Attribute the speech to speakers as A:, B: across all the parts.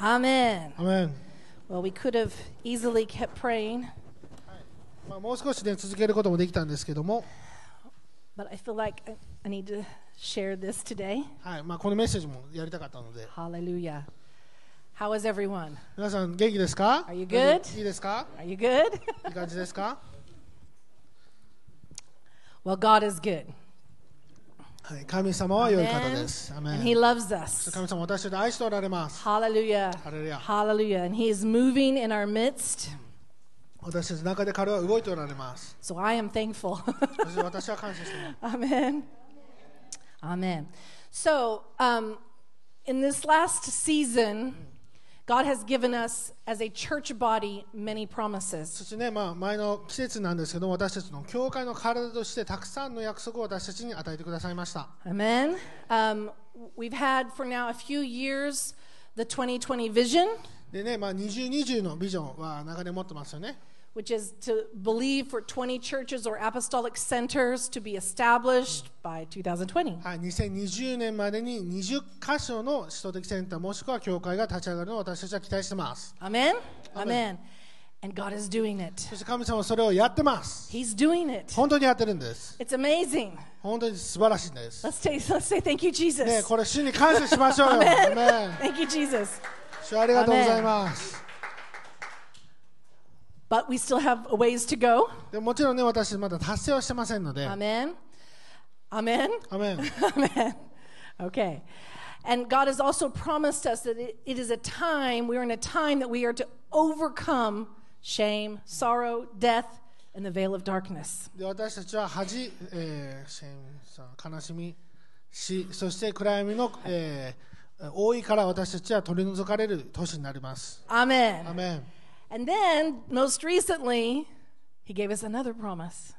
A: Amen.
B: Amen
A: Well, we could have easily kept praying,
B: まあ、もう少しね続けることもできたんですけども、
A: but I feel like I- I need to share this today.
B: はいまあ、このメッセージもやりたかったので
A: Hallelujah. How is everyone?
B: 皆さん元気ですか
A: Are you good?
B: いいですか
A: Are you good?
B: いい感じですか、
A: well, God is good.
B: はい、神様は良い方ですアメ
A: And
B: ン
A: He loves us.
B: 神様私たちを愛しておられます
A: Hallelujah.
B: Hallelujah.
A: Hallelujah. And He is moving in our midst.
B: 私たちの中で彼は動いておられます
A: So I am thankful.
B: そし て私は感謝しています
A: Amen. Amen. So, um, in this last season, God has given us as a church body many
B: そ
A: promises.
B: してね、まあ、前の季節なんですけども私たちの教会の体としてたくさんの約束を私たちに与えてくださいました
A: Amen. Um, we've had for now a few years the 2020 vision,
B: でね、まあ、2020のビジョンは流れ持ってますよね
A: which is to believe for 20 churches or apostolic centers to be established by 2020.
B: はい、2020年までに20箇所の首都的センターもしくは教会が立ち上がるのを私たちは期待してます。
A: Amen. Amen. And God is doing it.
B: そして神様はそれをやってます。
A: He's doing it.
B: 本当にやってるんです。
A: It's amazing.
B: 本当に素晴らしいんです。
A: Let's say, let's say thank you,
B: ね、
A: Jesus.
B: これ主に感謝しましょうよ。
A: Amen.
B: アメン
A: Thank you, Jesus.
B: 主ありがとうございます。
A: But we still have a ways to go.
B: でもちろんね、私まだ達成はしてませんので。アメ
A: Amen. Amen.
B: ン
A: Amen. Okay. And God has also promised us that it, it is a time, we're in a time that we are to overcome shame, sorrow, death, and the veil of darkness.
B: で私たちは恥、えーシェームさん悲しみ、死、そして暗闇の、えー、多いから私たちは取り除かれる年になります。
A: Amen.
B: アメン
A: And then, most recently, He gave us another promise.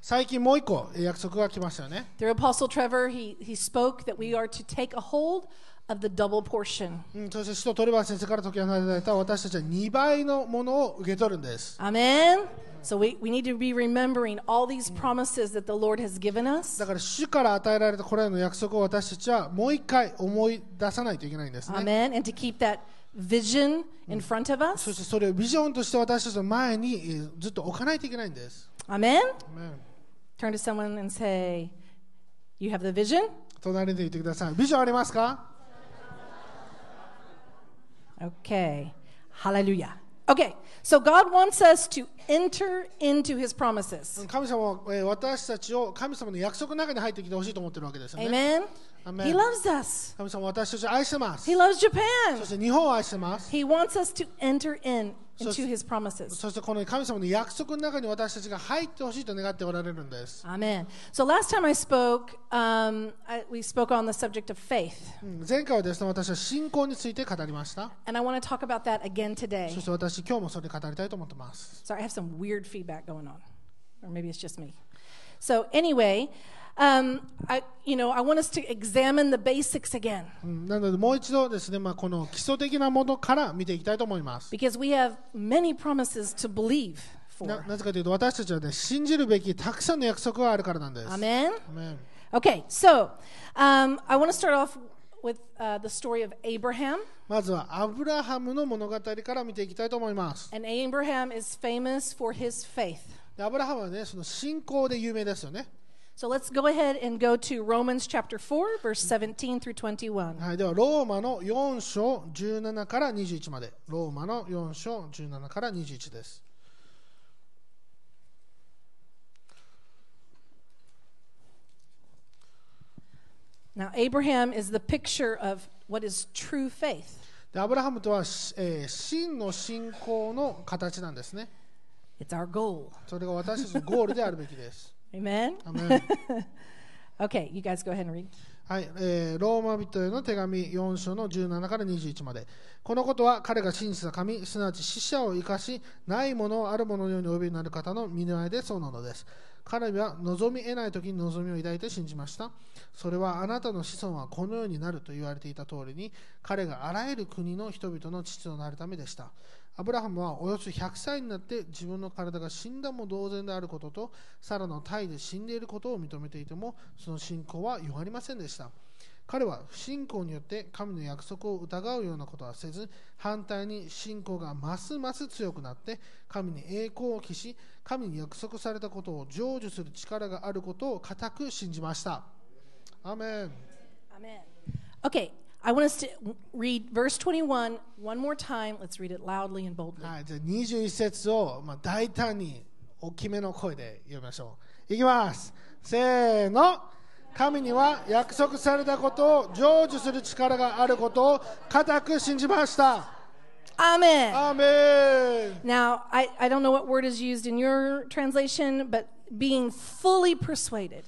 B: 最近もう一個えー約束が来ましたよね。
A: Through Apostle Trevor, he, he spoke that we are to take a hold of the double portion.
B: うん、そして使徒トレバー先生から解き放たれた私たちは2倍のものを受け取るんです。
A: Amen. So we, we need to be remembering all these promises that the Lord has given us.
B: だから主から与えられたこれらの約束を私たちはもう一回思い出さないといけないんですね。
A: Amen. And to keep that vision
B: Mm.
A: in front of
B: そし
A: us.
B: てそれをビジョンとして私たちの前にえーずっと置かないといけないんです。
A: Amen.
B: アメン
A: Turn to someone and say, You have the vision?
B: 隣で言ってください。ビジョンありますか
A: Okay. Hallelujah. Okay. So God wants us to enter into his promises.
B: 神様は、えー私たちを神様の約束の中に入ってきてほしいと思ってるわけですよね。
A: Amen.
B: Amen.
A: He loves us,
B: 神様は私たちを愛してます
A: He。loves
B: そ
A: Japan.
B: して日本を愛してます。
A: He wants us to enter in
B: So-
A: into his promises.
B: そしてこの神様の約束の中に私たちが入ってほしいと願っておられるんです。
A: Amen. So last time I spoke, um, I, we spoke on the subject of faith.
B: うん前回はですね、私は信仰について語りました。
A: And I want to talk about that again today.
B: そして私、今日もそれ語りたいと思ってます。
A: Sorry, I have some weird feedback going on, or maybe it's just me. So anyway, um, I you know I want us to examine the basics again
B: うんなので、もう一度ですね、まあ、この基礎的なものから見ていきたいと思います。
A: because we have many promises to believe
B: な
A: for.
B: なぜかというと、私たちはね、信じるべきたくさんの約束があるからなんです。
A: Amen.
B: アメン
A: Okay, so um, I want to start off with uh, the story of Abraham,
B: まずは、アブラハムの物語から見ていきたいと思います。
A: and Abraham is famous for his faith.
B: でアブラハムはね、その信仰で有名ですよね。
A: So let's go ahead and go to Romans chapter 4, verse 17 through 21.
B: はい、では、ローマの4章17から21まで。ローマの4章17から21です。
A: Now, Abraham is the picture of what is true faith.
B: でアブラハムとは、しえー真の信仰の形なんですね。
A: It's our goal.
B: それが私たちのゴールであるべきです。
A: Amen?
B: アメン
A: Okay, you guys go ahead and read.
B: はいえーローマ人への手紙4章の17から21まで。このことは彼が真実な神、すなわち死者を生かし、ないものをあるもののようにお呼びになる方の見前でそうなのです。彼は望み得ない時に望みを抱いて信じました。それはあなたの子孫はこのようになると言われていた通りに、彼があらゆる国の人々の父となるためでした。アブラハムはおよそ100歳になって自分の体が死んだも同然であることとサラの体で死んでいることを認めていてもその信仰は弱りませんでした彼は不信仰によって神の約束を疑うようなことはせず反対に信仰がますます強くなって神に栄光を期し神に約束されたことを成就する力があることを固く信じましたアーメン
A: Amen. Okay, I want us to read verse 21 one more time. Let's read it loudly and boldly.
B: はい、じゃあ21節を、まあ、大胆に大きめの声で読みましょう。いきます。せーの。神には約束されたことを成就する力があることを固く信じました。
A: Amen.
B: アーメン
A: Now, I, I don't know what word is used in your translation, but being fully persuaded.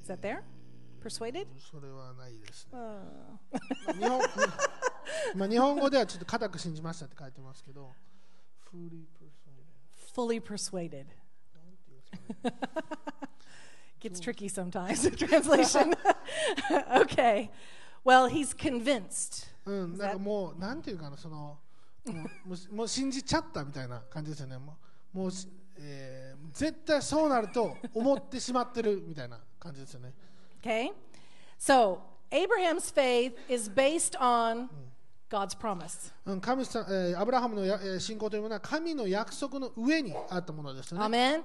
A: Is that there? Persuaded?
B: それはないですね。
A: Uh,
B: 日本 まあ日本語ではちょっと固く信じましたって書いてますけど、フーリープルソン
A: fully persuaded. Gets tricky sometimes, the translation. okay. Well, he's convinced.
B: うん、なんかもう、なんていうかな、その、もうもうもう信じちゃったみたいな感じですよね。もう、もうしえー絶対そうなると思ってしまってるみたいな感じですよね。
A: Okay? So, Abraham's faith is based on God's promise.
B: うん、神さん、えーアブラハムのや、えー信仰というものは神の約束の上にあったものですよね。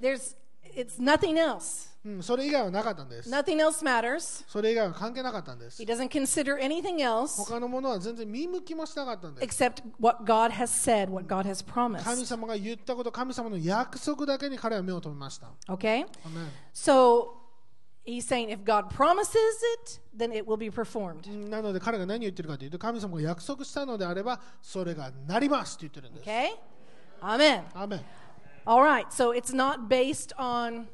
A: Amen. There's it's nothing else.
B: うん、それ以外はなかったんです。
A: Nothing else matters.
B: それ以外は関係なかったんです
A: He。doesn't consider anything else
B: 他のものは全然見向きもしなかったんです。
A: except what God has said, what God has
B: 神
A: promised.
B: 様が言ったこと、神様の約束だけに彼は目を留めました。
A: Okay?
B: アメン
A: So he's saying if God promises it, then it will be performed.
B: なので彼が何を言ってるかというと神様が約束したのであればそれがなりますって言ってるんです。
A: Okay? Amen.
B: アーメン
A: All right. So it's not based on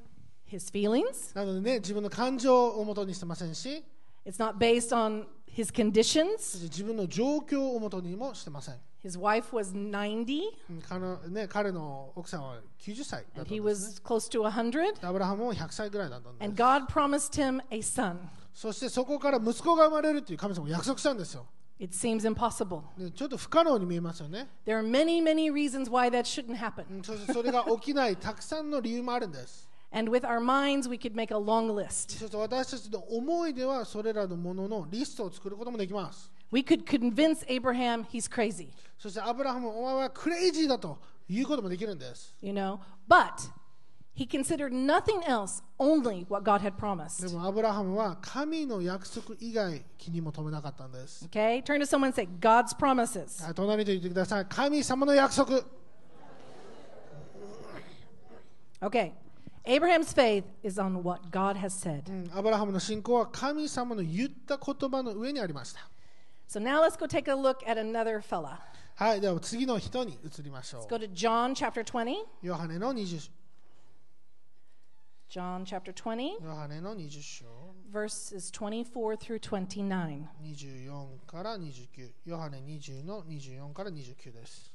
A: his feelings.
B: なのでね自分の感情を元にしてませんし
A: It's not based on his conditions.
B: 自分の状況を元にもしてません。
A: His wife was 90
B: うん彼のね、彼の奥さんは90歳だった
A: and
B: んで
A: he
B: す。
A: was close to 100.
B: アブラハムも100歳ぐらいだったん
A: And
B: です。
A: God promised him a son.
B: そしてそこから息子が生まれるっていう神様が約束したんですよ。
A: It seems impossible.
B: ねちょっと不可能に見えますよね。
A: There are many, many reasons why that shouldn't happen.
B: うんそしてそれが起きないたくさんの理由もあるんです。
A: And with our minds, we could make a long list.
B: そして私たちの思いではそれらのもののリストを作ることもできます。
A: We could convince Abraham he's crazy,
B: そしてアブラハム、お前はクレイジーだということもできるんです。
A: you know, but he considered nothing else, only what God had
B: で
A: promised.
B: もアブラハムは神の約束以外気にも留めなかったんです。
A: Okay? Turn to someone and say, God's promises.
B: はい隣と言ってください。神様の約束。
A: Okay. Abraham's faith is on what God has said.
B: うんアブラハムの信仰は神様の言った言葉の上にありました。
A: So now let's go take a look at another fella.
B: はい、では次の人に移りましょ
A: Go to John chapter 20.
B: う。ヨハネの20
A: John chapter 20,
B: ヨハネの20章
A: verses 24 through 29.
B: 24から29。ヨハネ20の24から29です。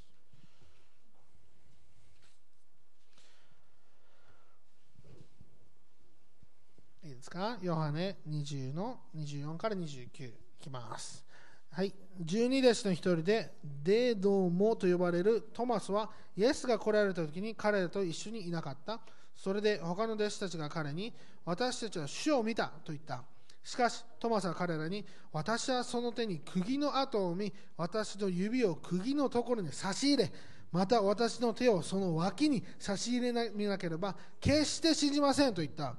B: いいですかヨハネ20の24から29いきます。はい、12弟子の一人でデードモと呼ばれるトマスはイエスが来られた時に彼らと一緒にいなかった。それで他の弟子たちが彼に私たちは主を見たと言った。しかしトマスは彼らに私はその手に釘の跡を見私の指を釘のところに差し入れまた私の手をその脇に差し入れな見なければ決して信じませんと言った。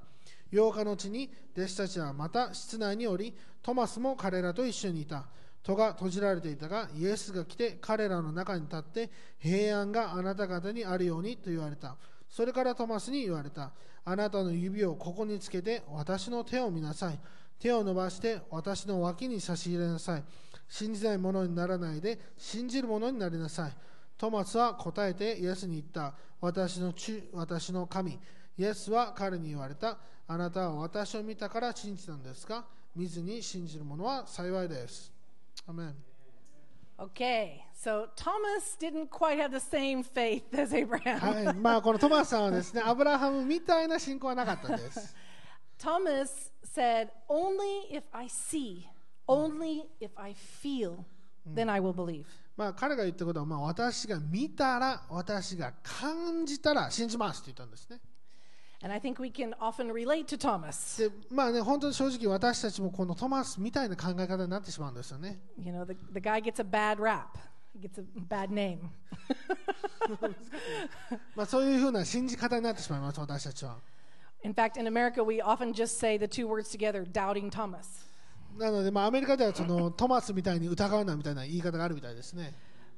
B: 8日のうちに弟子たちはまた室内におりトマスも彼らと一緒にいた戸が閉じられていたがイエスが来て彼らの中に立って平安があなた方にあるようにと言われたそれからトマスに言われたあなたの指をここにつけて私の手を見なさい手を伸ばして私の脇に差し入れなさい信じないものにならないで信じるものになりなさいトマスは答えてイエスに言った私の主私の神イエスは彼に言われたあなたは私を見たから信じたんですか見ずに信じる者は幸いですアメン
A: Okay, so Thomas didn't quite have the same faith as Abraham.
B: はい、 まあこのトマスさんはですねアブラハムみたいな信仰はなかったんです
A: Thomas said, Only if I see, only if I feel, then I will believe.
B: まあ彼が言ったことは、まあ、私が見たら私が感じたら信じますって言ったんですね
A: And I think we can often relate to Thomas.
B: でまあね、本当に正直私たちもこのトマスみたいな考え方になってしまうんですよね。
A: You know, the, the guy gets a bad rap, he gets a bad name.
B: まあ、そういうふうな信じ方になってしまいます、私たちは。
A: In fact, in America, we often just say the two words together doubting Thomas.
B: なので、まあ、アメリカではそのトマスみたいに疑うなみたいな言い方があるみたいですね。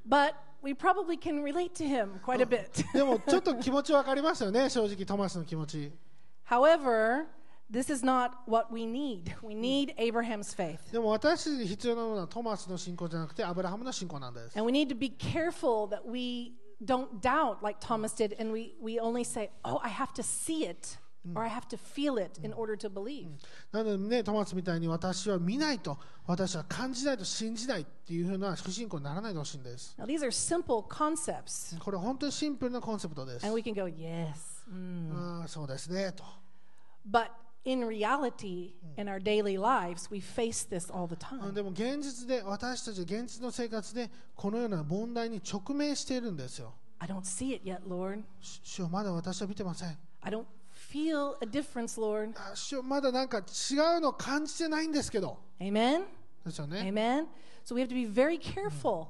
A: But we probably can relate to him quite a bit.
B: でもちょっと気持ち分かりますよね、正 直、トマスの気持ち。
A: However, this is not what we need. We need Abraham's faith.
B: でも私たちに必要なものはトマスの信仰じゃなくてアブラハムの信仰なんです。
A: And we need to be careful that we don't doubt like Thomas did and we, we only say, oh, I have to see it or I have to feel it in order to believe.
B: なのでね、トマスみたいに私は見ないと、私は感じないと信じないっていうふうな不信仰にならないでほしいんです。
A: Now, these are simple concepts.
B: これ本当にシンプルなコンセプトです。
A: And we can go, yes. mm."
B: ああそうですね、と。
A: But in reality, in our daily lives, we face this all the time.
B: でも現実で、私たち現実の生活でこのような問題に直面しているんですよ。
A: I don't see it yet, Lord.
B: し主よまだ私は見てません。
A: I don't feel a difference, Lord.
B: あ主よまだなんか違うの感じてないんですけど。
A: Amen.
B: ですよね。
A: Amen. So we have to be very careful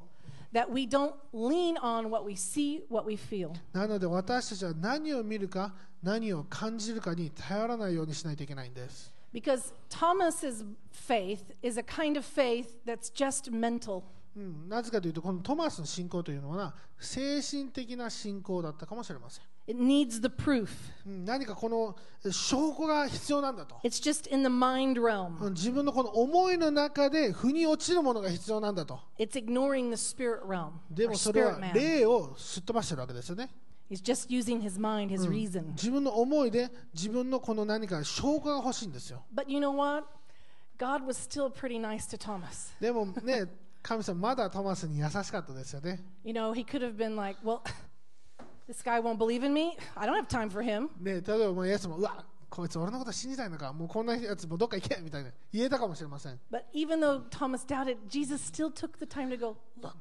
A: that we don't lean on what we see, what we feel.
B: なので私たちは何を見るか何を感じるかに頼らないようにしないといけないんです。
A: Because Thomas's faith is a kind of faith that's just mental.
B: うん、なぜかというとこのトマスの信仰というのは精神的な信仰だったかもしれません。
A: It needs the proof.
B: うん、何かこのえ証拠が必要なんだと。
A: It's just in the mind
B: う
A: realm.
B: ん自分のこの思いの中で腑に落ちるものが必要なんだと。
A: It's ignoring the spirit realm.
B: で
A: or
B: もそれ
A: spirit
B: は
A: man.
B: 霊をすっ飛ばしてるわけですよね。
A: He's just using his mind, his reason.
B: 自分の思いで自分のこの何か証拠が欲しいんですよ。
A: But you know what? God was still pretty nice to Thomas.
B: でもね、神様まだトマスに優しかったですよね。
A: You know, he could have been like, well, this guy won't believe in me. I don't have time for him.
B: ね例えばもうイエスもうわこいつ俺のこと信じないのかもうこんなやつもうどっか行けみたいな言えたかもしれません、
A: But even though Thomas doubted, Jesus still took the time to go, look.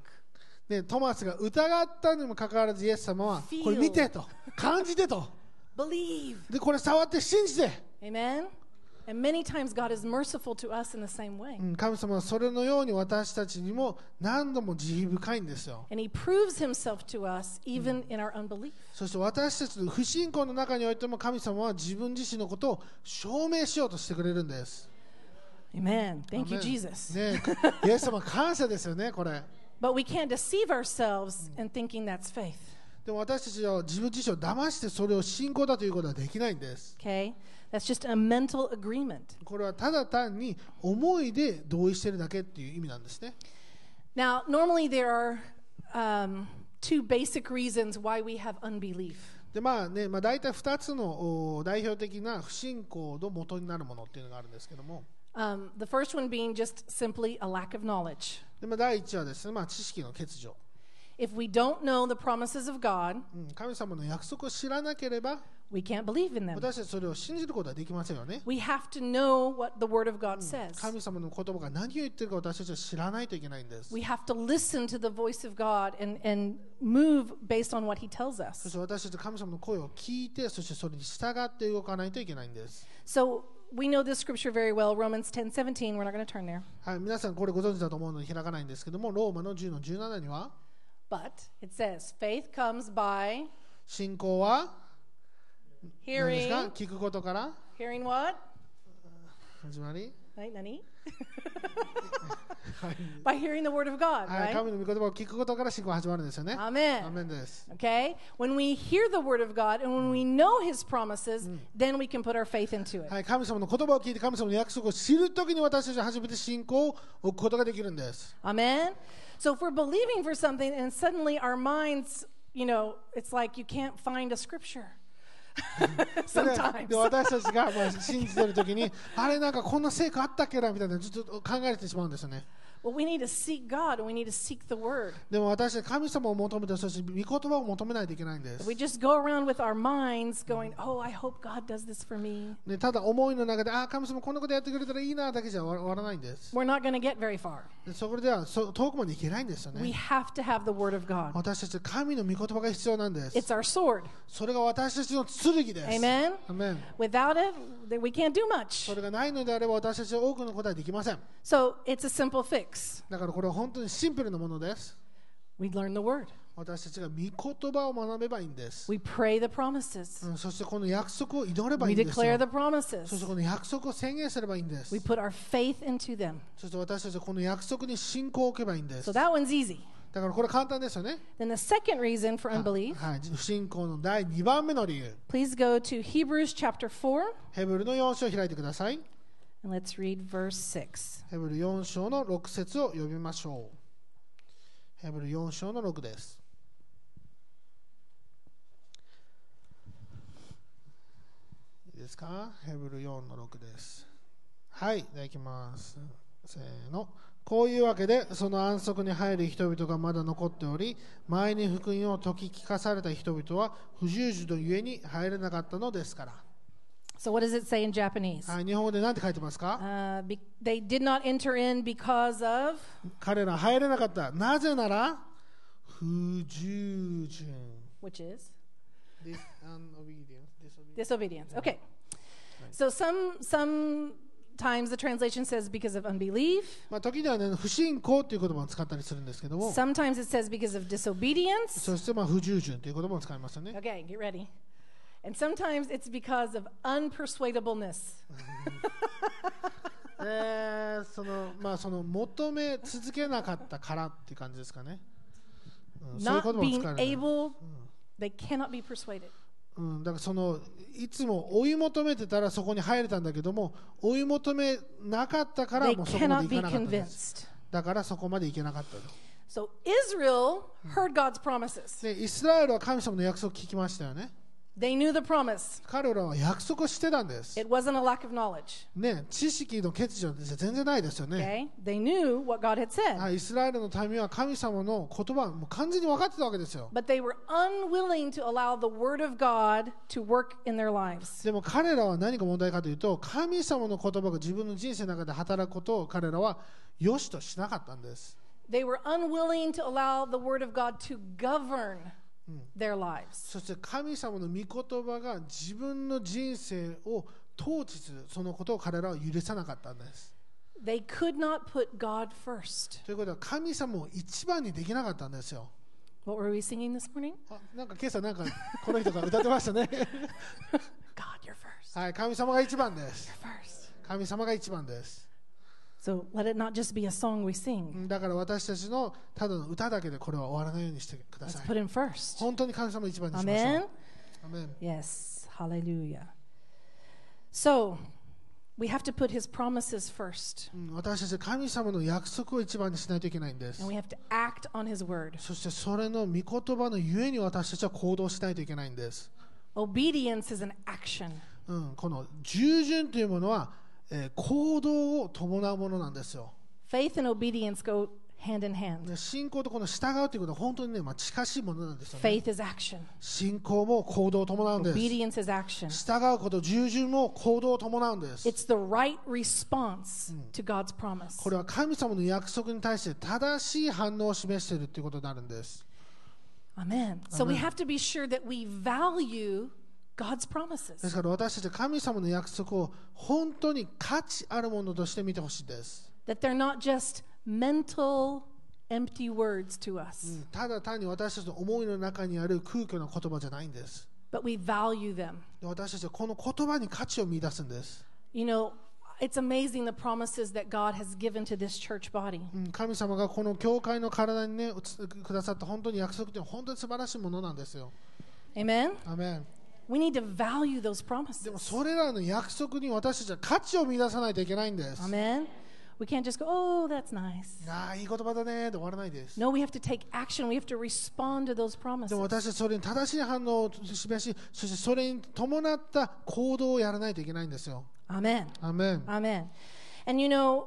B: ね、トマスが疑ったにもかかわらずイエス様は
A: Feel
B: これ見てと感じてと
A: believe.
B: でこれ触って信じて、
A: Amen. And many times God is merciful to us in the same way.
B: うん神様はそれのように私たちにも何度も慈悲深いんですよ
A: And he proves himself to us even in our unbelief.
B: そして私たちの不信仰の中においても神様は自分自身のことを証明しようとしてくれるんです、
A: Amen. Thank you,
B: ね
A: Jesus.
B: ね、イエス様感謝ですよねこれ
A: But we can't deceive ourselves in thinking that's faith.
B: でも私たちは自分自身を騙してそれを信仰だということはできないんです
A: Okay? That's just a mental agreement.
B: これはただ単に思いで同意してるだけっていう意味なんですね。
A: Now, normally there are um, two basic reasons why we have unbelief.
B: でまあね、まあ、大体2つのお代表的な不信仰の元になるものっていうのがあるんですけども、
A: Um, the first one being just simply a lack of knowledge.
B: でまあ、第1はですね、まあ、知識の欠如、
A: If we don't know the promises of God,
B: うん神様の約束を知らなければ、
A: we can't believe in them.
B: 私たちそれを信じることはできませんよね。
A: We have to know what the Word of God says.
B: 神様の言葉が何を言ってるか私たちは知らないといけないんです。
A: We have to listen to the voice of God and, and move based on what He tells
B: そ
A: us.
B: して私たちは神様の声を聞いて、そしてそれに従って動かないといけないんです。
A: So we know this scripture very well Romans 10 17. We're not going to turn there.
B: はい、皆さんこれご存知だと思うので開かないんですけども、ローマの10の17には、
A: But it says, faith comes by
B: 信仰は何です
A: hearing.
B: か聞くことから
A: Hearing what?
B: 始まり、
A: Right, Nani?
B: はい
A: by hearing the Word of God,
B: はい、
A: right?
B: 神の御言葉を聞くことから信仰が始まるんですよね。
A: Amen.
B: アーメンです。
A: Okay? When we hear the word of God and when we know his promises, then we can put our faith into it.
B: はい、神様の言葉を聞いて神様の約束を知るときに私たちは初めて信仰を置くことができるんです。
A: Amen? So if we're believing for something and suddenly our minds, you know, it's like you can't find a scripture
B: それで
A: sometimes.
B: で私たちがまあ信じてるときに、あれなんかこんな成果あったっけなみたいなちょっと考えてしまうんですよね。
A: Well, we need to seek God and we need to seek the Word.
B: でも私たち神様を求めてそして御言葉を求めないといけないんです
A: We、just go around with our minds going, oh, I hope God does this for me.
B: ね、ただ思いの中でああ神様こんなことやってくれたらいいなだけじゃ終わ終わらないんです
A: We're not going to get very far.
B: でそこではそ遠くまで行けないんですよ
A: We
B: ね
A: have to have the Word of God.
B: 私たち神の御言葉が必要なんです
A: It's our sword.
B: それが私たちの剣です
A: Amen?
B: アメン
A: Without it, then we can't do much.
B: それがないのであれば私たちは多くの答えできません
A: So it's a simple fix.
B: だからこれは本当にシンプルなものです
A: We learn the Word,
B: 私たちが御言葉を学べばいいんです、
A: we pray the promises,
B: うんそしてこの約束を祈ればい
A: we
B: いんですよ
A: declare the
B: そ
A: promises,
B: してこの約束を宣言すればいいんです
A: we put our faith into them.
B: そして私たちはこの約束に信仰を置けばいいんです
A: So
B: だ
A: that one's easy.
B: からこれ簡単ですよね
A: Then the second reason for
B: は
A: unbelief,
B: はい、不信仰の第2番目の理由
A: please go to Hebrews chapter 4
B: ヘブルの4章を開いてください
A: and let's read verse 6.
B: ヘブル4章の6節を読みましょう。ヘブル4章の6です。いいですかヘブル4の6です。はい、いただきます。せーの。こういうわけで、その安息に入る人々がまだ残っており、前に福音を解き聞かされた人々は不従事のゆえに入れなかったのですから。
A: So what does it say in Japanese?
B: はい、日本語で何て書いてますか
A: Uh, be- they did not enter in because of
B: 彼ら入れなかった。なぜなら、不従順。
A: which is
B: Dis- unobedience, disobedience.
A: disobedience. Okay. So some sometimes the translation says because of unbelief.
B: まあ、時にはね、不信仰という言葉を使ったりするんですけども、
A: Sometimes it says because of disobedience.
B: そしてまあ不従順という言葉も使いますよね。
A: Okay, get ready. And sometimes it's because of unpersuadableness.
B: えーそのまあその求め続けなかったからっていう感じですかね。うん、そういう
A: Not
B: 言葉も
A: being
B: 使える、
A: able they cannot be persuaded.
B: うん。だからそのいつも追い求めてたらそこに入れたんだけども、追い求めなかったから
A: They
B: もうそこまで
A: cannot be
B: いかなかったんです。
A: convinced.
B: だからそこまでいけなかったと。
A: So Israel heard God's promises.
B: でイスラエルは神様の約束を聞きましたよね
A: They knew the promise.
B: 彼らは約束をしてたんです、
A: It wasn't a lack of knowledge.
B: ね、知識の欠如って全然ないですよね、
A: Okay? They knew what God had said.
B: はいイスラエルの民は神様の言葉をもう完全に分かってたわけですよ
A: But they were unwilling to allow the word of God to work in their lives.
B: でも彼らは何が問題かというと神様の言葉が自分の人生の中で働くことを彼らは良しとしなかったんです、
A: They were unwilling to allow the word of God to govern their lives.
B: そして神様の御言葉が自分の人生を統治するそのことを彼らは許さなかったんです
A: They could not put God first.
B: ということは神様を一番にできなかったんですよ
A: What were we singing this morning?
B: あなんか今朝なんかこの人が歌ってましたね
A: God, you're first.
B: はい神様が一番です
A: You're first.
B: 神様が一番です
A: So let it not just be a song we
B: う
A: sing.
B: んだから私たちのただの歌だけでこれは終わらないようにしてくだ
A: Let's
B: さ
A: put
B: い
A: him first.
B: 本当に神様を一番にしましょう
A: Amen.
B: アメン
A: Yes. Hallelujah. So we have to put his promises first
B: うん私たちは神様の約束を一番にしないといけないんです
A: and we have to act on his word.
B: そしてそれの御言葉のゆえに私たちは行動しないといけないんです、
A: Obedience is an action.
B: うん、この従順というものは、えー行動を伴うものなんですよ
A: Faith and obedience go hand in hand.
B: で信仰とこの従うということは本当にね、まあ、近しいものなんですよね
A: Faith is action.
B: 信仰も行動を伴うんです
A: Obedience is action.
B: 従うこと従順も行動を伴うんです
A: It's the right response to God's promise.
B: これは神様の約束に対して正しい反応を示しているということになるんです
A: Amen. So we have to be sure that we value God's
B: で
A: promises.
B: すから私たちは神様の約束を本当に価値あるものとして見てほしいです、
A: That they're not just mental empty words to us,
B: ただ単に私たちの思いの中にある空虚な言葉じゃないんです
A: but we value them.
B: で私たちはこの言葉に価値を見出すんです、
A: You know, it's amazing the promises that God has given to this church body.
B: うん神様がこの教会の体にねうつくださった本当に約束というのは本当に素晴らしいものなんですよ
A: Amen.
B: アメン
A: We need to value those
B: で
A: promises.
B: もそれらの約束に私たちは価値を見出さないといけないんです。
A: Amen. We can't just go, oh, that's nice.
B: ああ、いい言葉だねーで終わらないです。
A: No, we have to take action. We have to respond to those
B: で
A: promises.
B: も私たちはそれに正しい反応を示し、そしてそれに伴った行動をやらないといけないんですよ。
A: Amen.
B: アメン。
A: Amen. And you know,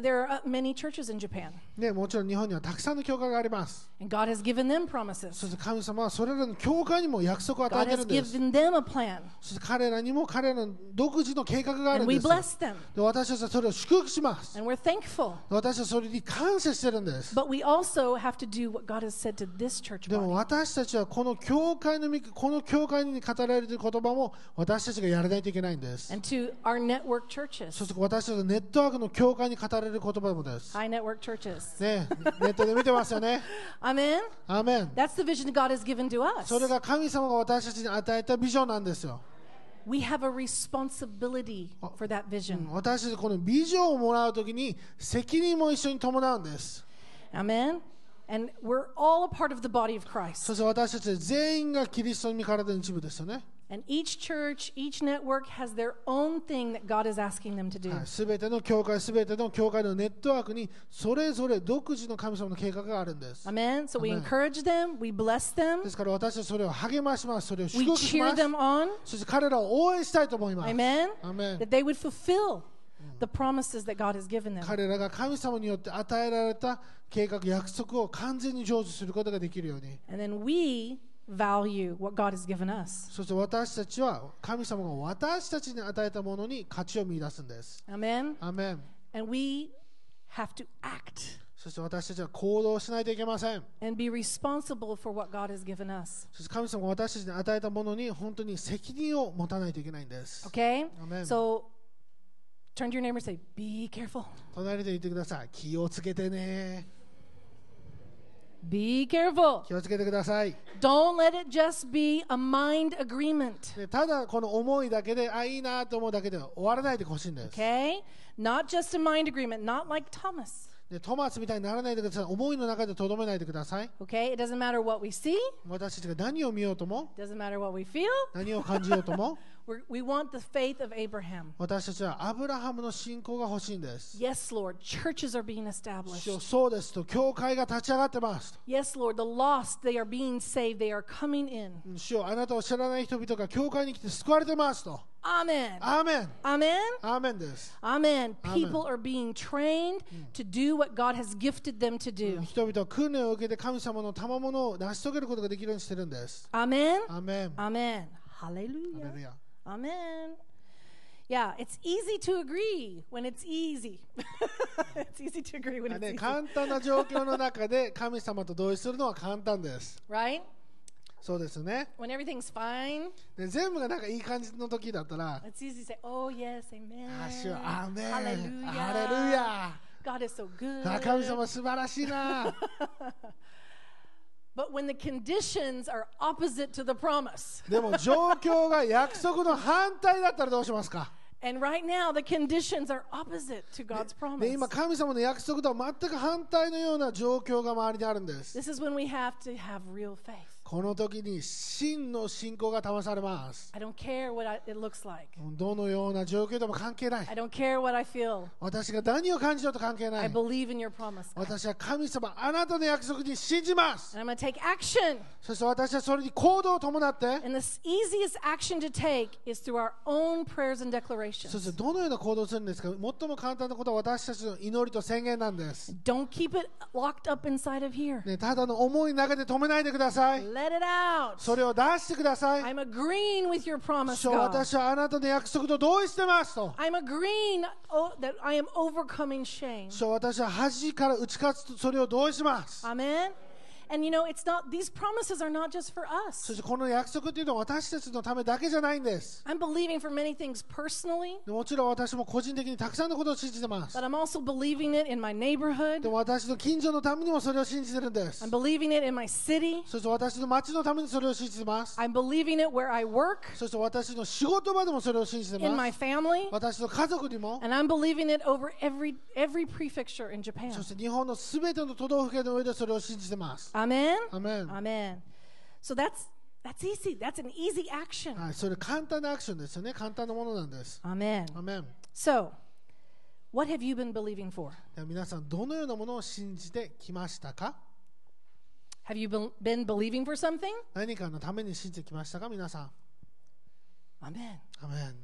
A: there are uh, many churches in Japan,
B: ね、もちろん日本にはたくさんの教会があります。
A: and God has given them promises.
B: そして神様はそれらの教会にも約束を与え
A: God
B: てる
A: has
B: んです。
A: given them a plan,
B: そして彼らにも彼らの独自の計画がある
A: and
B: ん
A: we
B: です。
A: bless them,
B: で私たちはそれを祝福します。
A: and we're thankful.
B: 私はそれに感謝してるんです。
A: But we also have to do what God has said to this church
B: でも
A: body.
B: 私たちはこの教会のみこの教会に語られている言葉も私たちがやらないといけないんです。
A: and to our network
B: そ
A: churches,
B: して私たちのネットワークの教会に語られる言葉もです。
A: high network churches.
B: ね、ネットで見てますよね。
A: Amen.
B: アーメン。
A: That's the vision that God has given to us.
B: それが神様が私たちに与えたビジョンなんですよ。
A: We have a responsibility for that vision.
B: 私たちこのビジョンをもらうときに責任も一緒に伴うんです。
A: Mm-hmm. Amen. And we're all a part of the body of
B: そ
A: Christ.
B: して私たち全員がキリストの身体の一部ですよね。
A: And each church, each network has their own thing that God is asking them to do.
B: すべての教会、すべての教会のネットワークにそれぞれ独自の神様の計画があるんです。
A: Amen. So we
B: Amen.
A: encourage them, we bless them,
B: ですから私たちはそれを励まします。それを祝
A: we
B: 福し
A: cheer
B: ます。
A: them on.
B: そして彼らを応援したいと思います。
A: Amen.
B: Ah. Amen. Mm.
A: That they would fulfill the promises that God has given them.
B: 彼らが神様によって与えられた計画、約束を完全に成就することができるように。
A: And then we value what God has given us.
B: そして私たちは神様が私たちに与えたものに価値を見出すんです。
A: Amen.
B: アーメン
A: And we have to act
B: そして私たちは行動しないといけません。
A: and be responsible for what God has given us.
B: そして神様が私たちに与えたものに本当に責任を持たないといけないんです。
A: Okay?
B: Amen.
A: So turn to your neighbor and say, Be careful.
B: 隣で言ってください。気をつけてね。
A: Be careful.
B: 気をつけてください。
A: Don't let it just be a mind agreement.
B: でただこの思いだけで、あ、いいなと思うだけでは終わらないでほしいんです。
A: Okay? Not just a mind agreement, not like Thomas.
B: でトマスみたいにならないでください。思いの中でとどめないでください。
A: Okay? It doesn't matter what we see,
B: 私たちが何を見ようとも、
A: doesn't matter what we feel.
B: 何を感じようと も、
A: We're, we want the faith of Abraham.
B: 私たちはアブラハムの信仰が欲しいんです。
A: Yes, Lord, churches are being established.
B: 主よそうですと、教会が立ち上がってます。
A: Yes, Lord, the lost, they are being saved. They are coming in.
B: 主よあなたを知らない人々が教会に来て救われてますと。
A: Amen.
B: アーメン
A: Amen.
B: アーメンです。
A: Amen. Hmm. People are being trained to do what God has gifted them to do.
B: 人々は訓練を受けて神様の賜物を成し遂げることができるようにしてるんです。
A: Amen.
B: アーメン。
A: Amen.
B: ハレル
A: Hallelujah.
B: ヤ
A: Amen. Yeah, it's easy to agree when it's easy. it's easy to agree when
B: あ
A: it's
B: ね
A: easy.
B: 簡単な状況の中で神様と同意するのは簡単です。
A: Right?
B: そうですよね。
A: When everything's fine,
B: で全部がなんかいい感じの時だったら、
A: it's easy to say, oh, yes,
B: あ
A: amen.
B: 主よアーメン。ハレ
A: Hallelujah.
B: ルヤ
A: God is so good.
B: あ神様素晴らしいな。
A: But when the conditions are opposite to the promise,
B: でも状況が約束の反対だったらどうしますか
A: and right now the conditions are opposite to God's promise,
B: で今神様の約束とは全く反対のような状況が周りにあるんです
A: this is when we have to have real faith.
B: この時に真の信仰が試されます
A: I don't care what I, it looks like.
B: どのような状況でも関係な
A: I
B: い
A: don't care what I feel.
B: 私が何を感じようと関係な
A: I
B: い
A: believe in your promise.
B: 私は神様あなたの約束に信じます
A: And I'm going to take action.
B: そして私はそれに行動を伴って
A: And the easiest action to take is through our own prayers and
B: そ
A: declarations.
B: してどのような行動をするんですか最も簡単なことは私たちの祈りと宣言なんです、
A: Don't keep it locked up inside of here.
B: ね、ただの思いの中で止めないでください
A: Let it out.
B: それを出してください
A: I'm agreeing with your promise,
B: 主よ
A: God.
B: 私はあなたの約束と同意してますと
A: I'm agreeing oh, that I am overcoming shame.
B: 主よ私は恥から打ち勝つとそれを同意します。
A: Amen. And you know, it's not these promises are not just for
B: そ
A: us.
B: してこの約束っていうのは私たちのためだけじゃないんです。
A: I'm believing for many things personally,
B: もちろん私も個人的にたくさんのことを信じてます
A: but。I'm also believing it in my
B: で
A: neighborhood.
B: も私の近所のためにもそれを信じてるんです
A: I'm。believing it in my city.
B: そして私の町のためにそれを信じてます。
A: I'm believing it where I work,
B: そして私の仕事場でもそれを信じて
A: in my
B: ます。
A: family,
B: 私の家族にも、
A: and I'm believing it over every every prefecture in Japan.
B: そして日本のすべての都道府県の上でそれを信じてます。
A: Amen.
B: アメン。は
A: Amen. So that's that's easy. That's an easy action.
B: い、それ簡単なアクションですよね。簡単なものなんです。
A: Amen.
B: アメン。
A: So, what have you been believing for?
B: では皆さん、どのようなものを信じてきましたか
A: Have you been, been believing for something?
B: 何かのために信じてきましたか皆さん。
A: Amen.
B: アメン。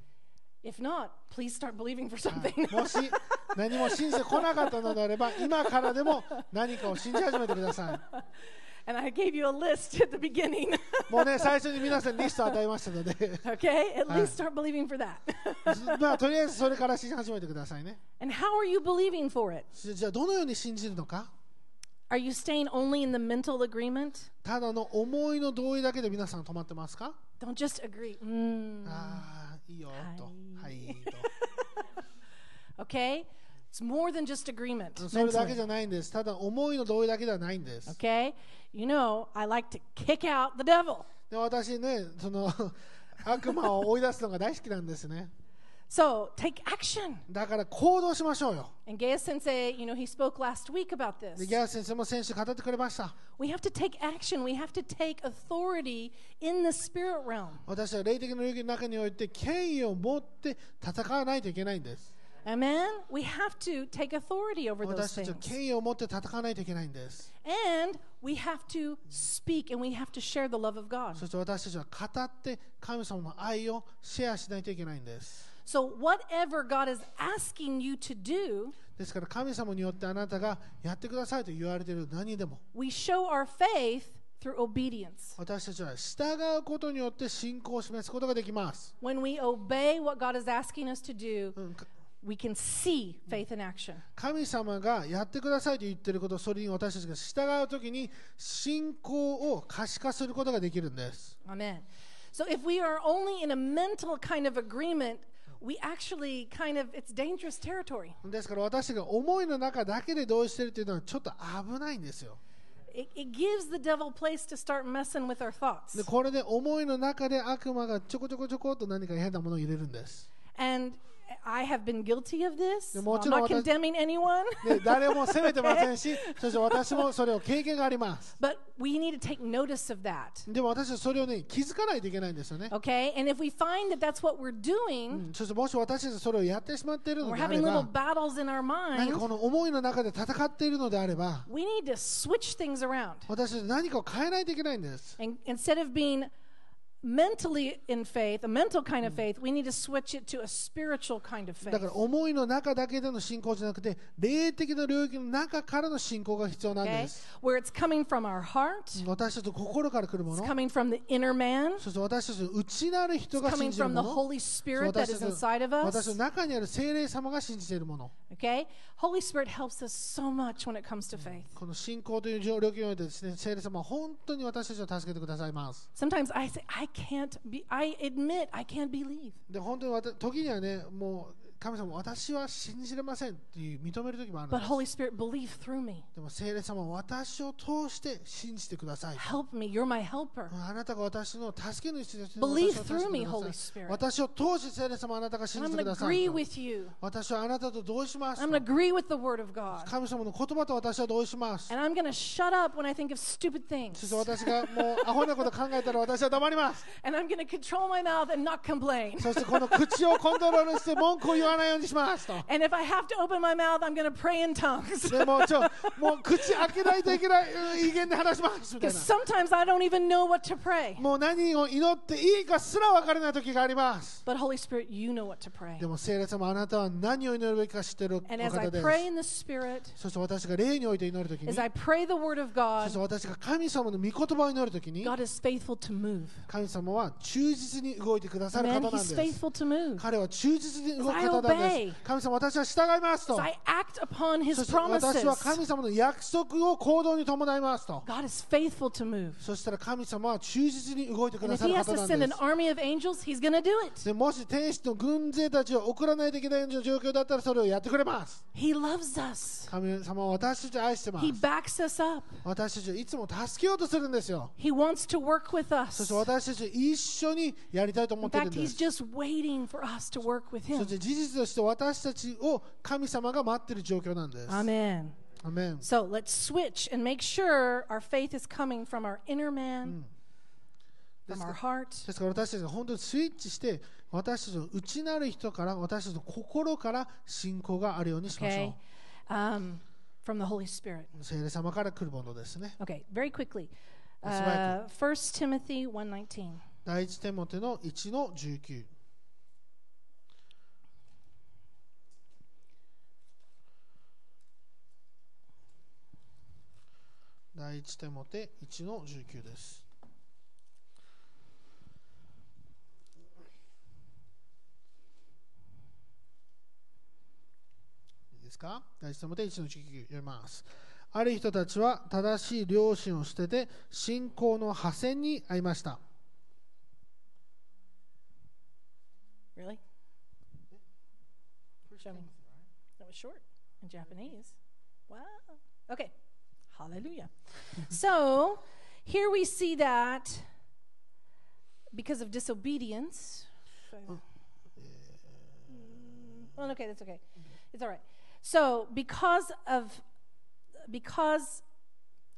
A: If not, please start believing for something.
B: もし何も信じてこなかったのであれば、今からでも何かを信じ始めてください。
A: and I gave you a list at the beginning.
B: もうね、最初に皆さんリストを与えましたので、
A: okay? At
B: Hi.
A: least start believing for that.
B: まあ、とりあえずそれから信じ始めてくださいね。
A: and how are you believing for it?
B: じゃあ、どのように信じるのか、
A: Are you staying only in the mental agreement?
B: ただの思いの同意だけで皆さん止まってますか、
A: Don't just agree. Mm.
B: Uh. ああ、いいよと、は、
A: はい Okay? It's more than just agreement.
B: と。それだ
A: mentally.
B: けじゃないんです。ただ、思いの同意だけではないんです。
A: Okay? You know, I like to kick out the devil.
B: で私ね、その 悪魔を追い出すのが大好きなんですね。
A: So take action.
B: だから行動しましょうよ。
A: And Gaius Sensei, you know, he spoke last week about
B: で
A: this.
B: ギャラ先生も先週語ってくれました。
A: We have to take action. We have to take authority in the spirit realm.
B: 私は霊的な領域の中において権威を持って戦わないといけないんです。
A: Amen? We have to take authority over those
B: 私たちは
A: things.
B: 権威を持って戦わないといけないんです。
A: And we have to speak and we have to share the love of God.
B: そして私たちは語って神様の愛をシェアしないといけないんです。
A: So, whatever God is asking you to do,
B: ですから神様によってあなたがやってくださいと言われている何でも
A: we show our faith through obedience.
B: 私たちは従うことによって信仰を示すことができます。
A: When we obey what God is asking us to do,
B: うんか
A: we can see faith in action.
B: 神様がやってくださいと言っていること、それに私たちが従うときに信仰を可視化することができるんです。
A: Amen. So if we are only in a mental kind of agreement, we actually kind of it's dangerous territory.
B: ですから私たちが思いの中だけで同意しているというのはちょっと危ないんですよ。
A: It, it gives the devil place to start messing with our thoughts.
B: でこれで思いの中で悪魔がちょこちょこちょこっと何か変なものを入れるんです。
A: And I have been guilty of this.
B: で、
A: I'm
B: もちろん私-
A: not condemning anyone.
B: で誰 も責めてませんし、そして私もそれを経験があります。
A: but we need to take notice of that.
B: でも私はそれをね気づかないといけないんですよね。
A: Okay? And if we find that that's what we're doing,
B: そしてもし私たちがそれをやってしまっている
A: we're
B: のであれ
A: having little
B: ば、
A: battles in our
B: 何か
A: mind,
B: この思いの中で戦っているのであれば、
A: we need to switch things around.
B: 私たち何かを変えないといけないんです。
A: And instead of being mentally in faith, a mental kind of faith, we need to switch it to a spiritual kind of faith.
B: だから思いの中だけでの信仰じゃなくて、霊的な領域の中からの信仰が必要なん
A: Okay?
B: です。
A: Where it's coming from our heart,
B: 私たちの心から来るも
A: it's
B: の、
A: coming from the inner man,
B: そして私たちの内なる人
A: it's
B: が
A: coming
B: 信じる
A: from the
B: もの、
A: Holy
B: その
A: Spirit that
B: 私
A: is
B: たち
A: inside of
B: の私の
A: us.
B: 中にある聖霊様が信じているもの、
A: Okay? Holy Spirit helps us so much when it comes to faith.
B: この信仰という領域においてですね、聖霊様は本当に私たちを助けてくださいます。
A: Sometimes I say, I can't be, I admit I can't believe.
B: で、本当にわた時にはね、もう神様、私は信じれませんっていう認める時もあるん
A: But
B: です。
A: Holy Spirit, believe through me.
B: でも聖霊様は私を通して信じてくださいと。
A: Help me. You're my helper.
B: あなたが私の助け主ですね。
A: Believe
B: 私を助け
A: through me, Holy Spirit.
B: てください私を通して聖霊様あなたが
A: And
B: 信じ
A: I'm
B: て
A: going to
B: ください
A: agree
B: と。
A: with you.
B: 私はあなたと同意しますと。
A: I'm going to agree with the Word of God.
B: 神様の言葉と私は同意します。
A: And I'm going to shut up when I think of stupid
B: そ
A: things.
B: して私が もうアホなこと考えたら私は黙ります。
A: And I'm going to control my mouth and not complain.
B: そしてこの口をコントロールして文句を言わないようにしますと。
A: And if I have to open my mouth, I'm going to pray in tongues.
B: でもうちょもう口開けないといけないうん威厳で話しますみたい
A: Because
B: な。
A: sometimes I don't even know what to pray.
B: もう何を祈っていいかすら分からない時があります。
A: But Holy Spirit, you know what to pray.
B: でも聖霊様あなたは何を祈るべきか知っているお
A: And as I
B: 方です。
A: pray in the Spirit,
B: そして私が霊において祈るときに、
A: as
B: そ
A: I pray the Word of
B: して
A: God,
B: 私が神様の御言葉を祈るときに、
A: God is faithful to move.
B: 神様は忠実に動いてくださる方
A: Man,
B: なんで
A: He's
B: す。
A: faithful to move.
B: 彼は忠実に動く方なんで
A: As I obey.
B: す。神様、私は従いますと
A: As。I act upon
B: そ
A: His
B: して私は
A: promises,
B: 神様の約束を行動に伴いますと。
A: God is faithful to move.
B: そしたら神様は忠実に動いてく
A: And
B: だ
A: if
B: さ
A: He
B: る
A: has
B: 方
A: to
B: なん
A: send
B: で
A: an
B: す。
A: army of angels, He's going to do it.
B: でもし天使の軍勢たちを送らないといけないような状況だったらそれをやってくれます。
A: He loves us,
B: 神様は私たちを愛してます
A: He。backs us up.
B: 私たちをいつも助けようとするんですよ。
A: He wants to work with
B: そし
A: us.
B: て私たちと一緒にやりたいと思
A: In
B: っているん
A: fact,
B: で
A: he's
B: す。
A: just waiting for us to work with him.
B: そして事実として私たちを神様が待っている状況なんです。
A: Amen.
B: アメン
A: So let's switch and make sure our faith is coming from our inner man, from our heart.
B: ですから私たちが本当にスイッチして私たちの内なる人から私たちの心から信仰があるようにしましょ
A: Okay. Um, from the Holy Spirit.
B: う。聖霊様から来るものですね。
A: Okay, very quickly.
B: That's right.
A: Uh, 1 Timothy 1.19.
B: 第一テモテの1の19。第一手モて1の19です。いいですか第一手モて1の19読みます。ある人たちは正しい良心を捨てて信仰の破線に遭いました。
A: Really? Show me. That was short in Japanese. Wow. Okay. Hallelujah. so here we see that because of disobedience. Well, okay, that's okay. It's all right. So because of because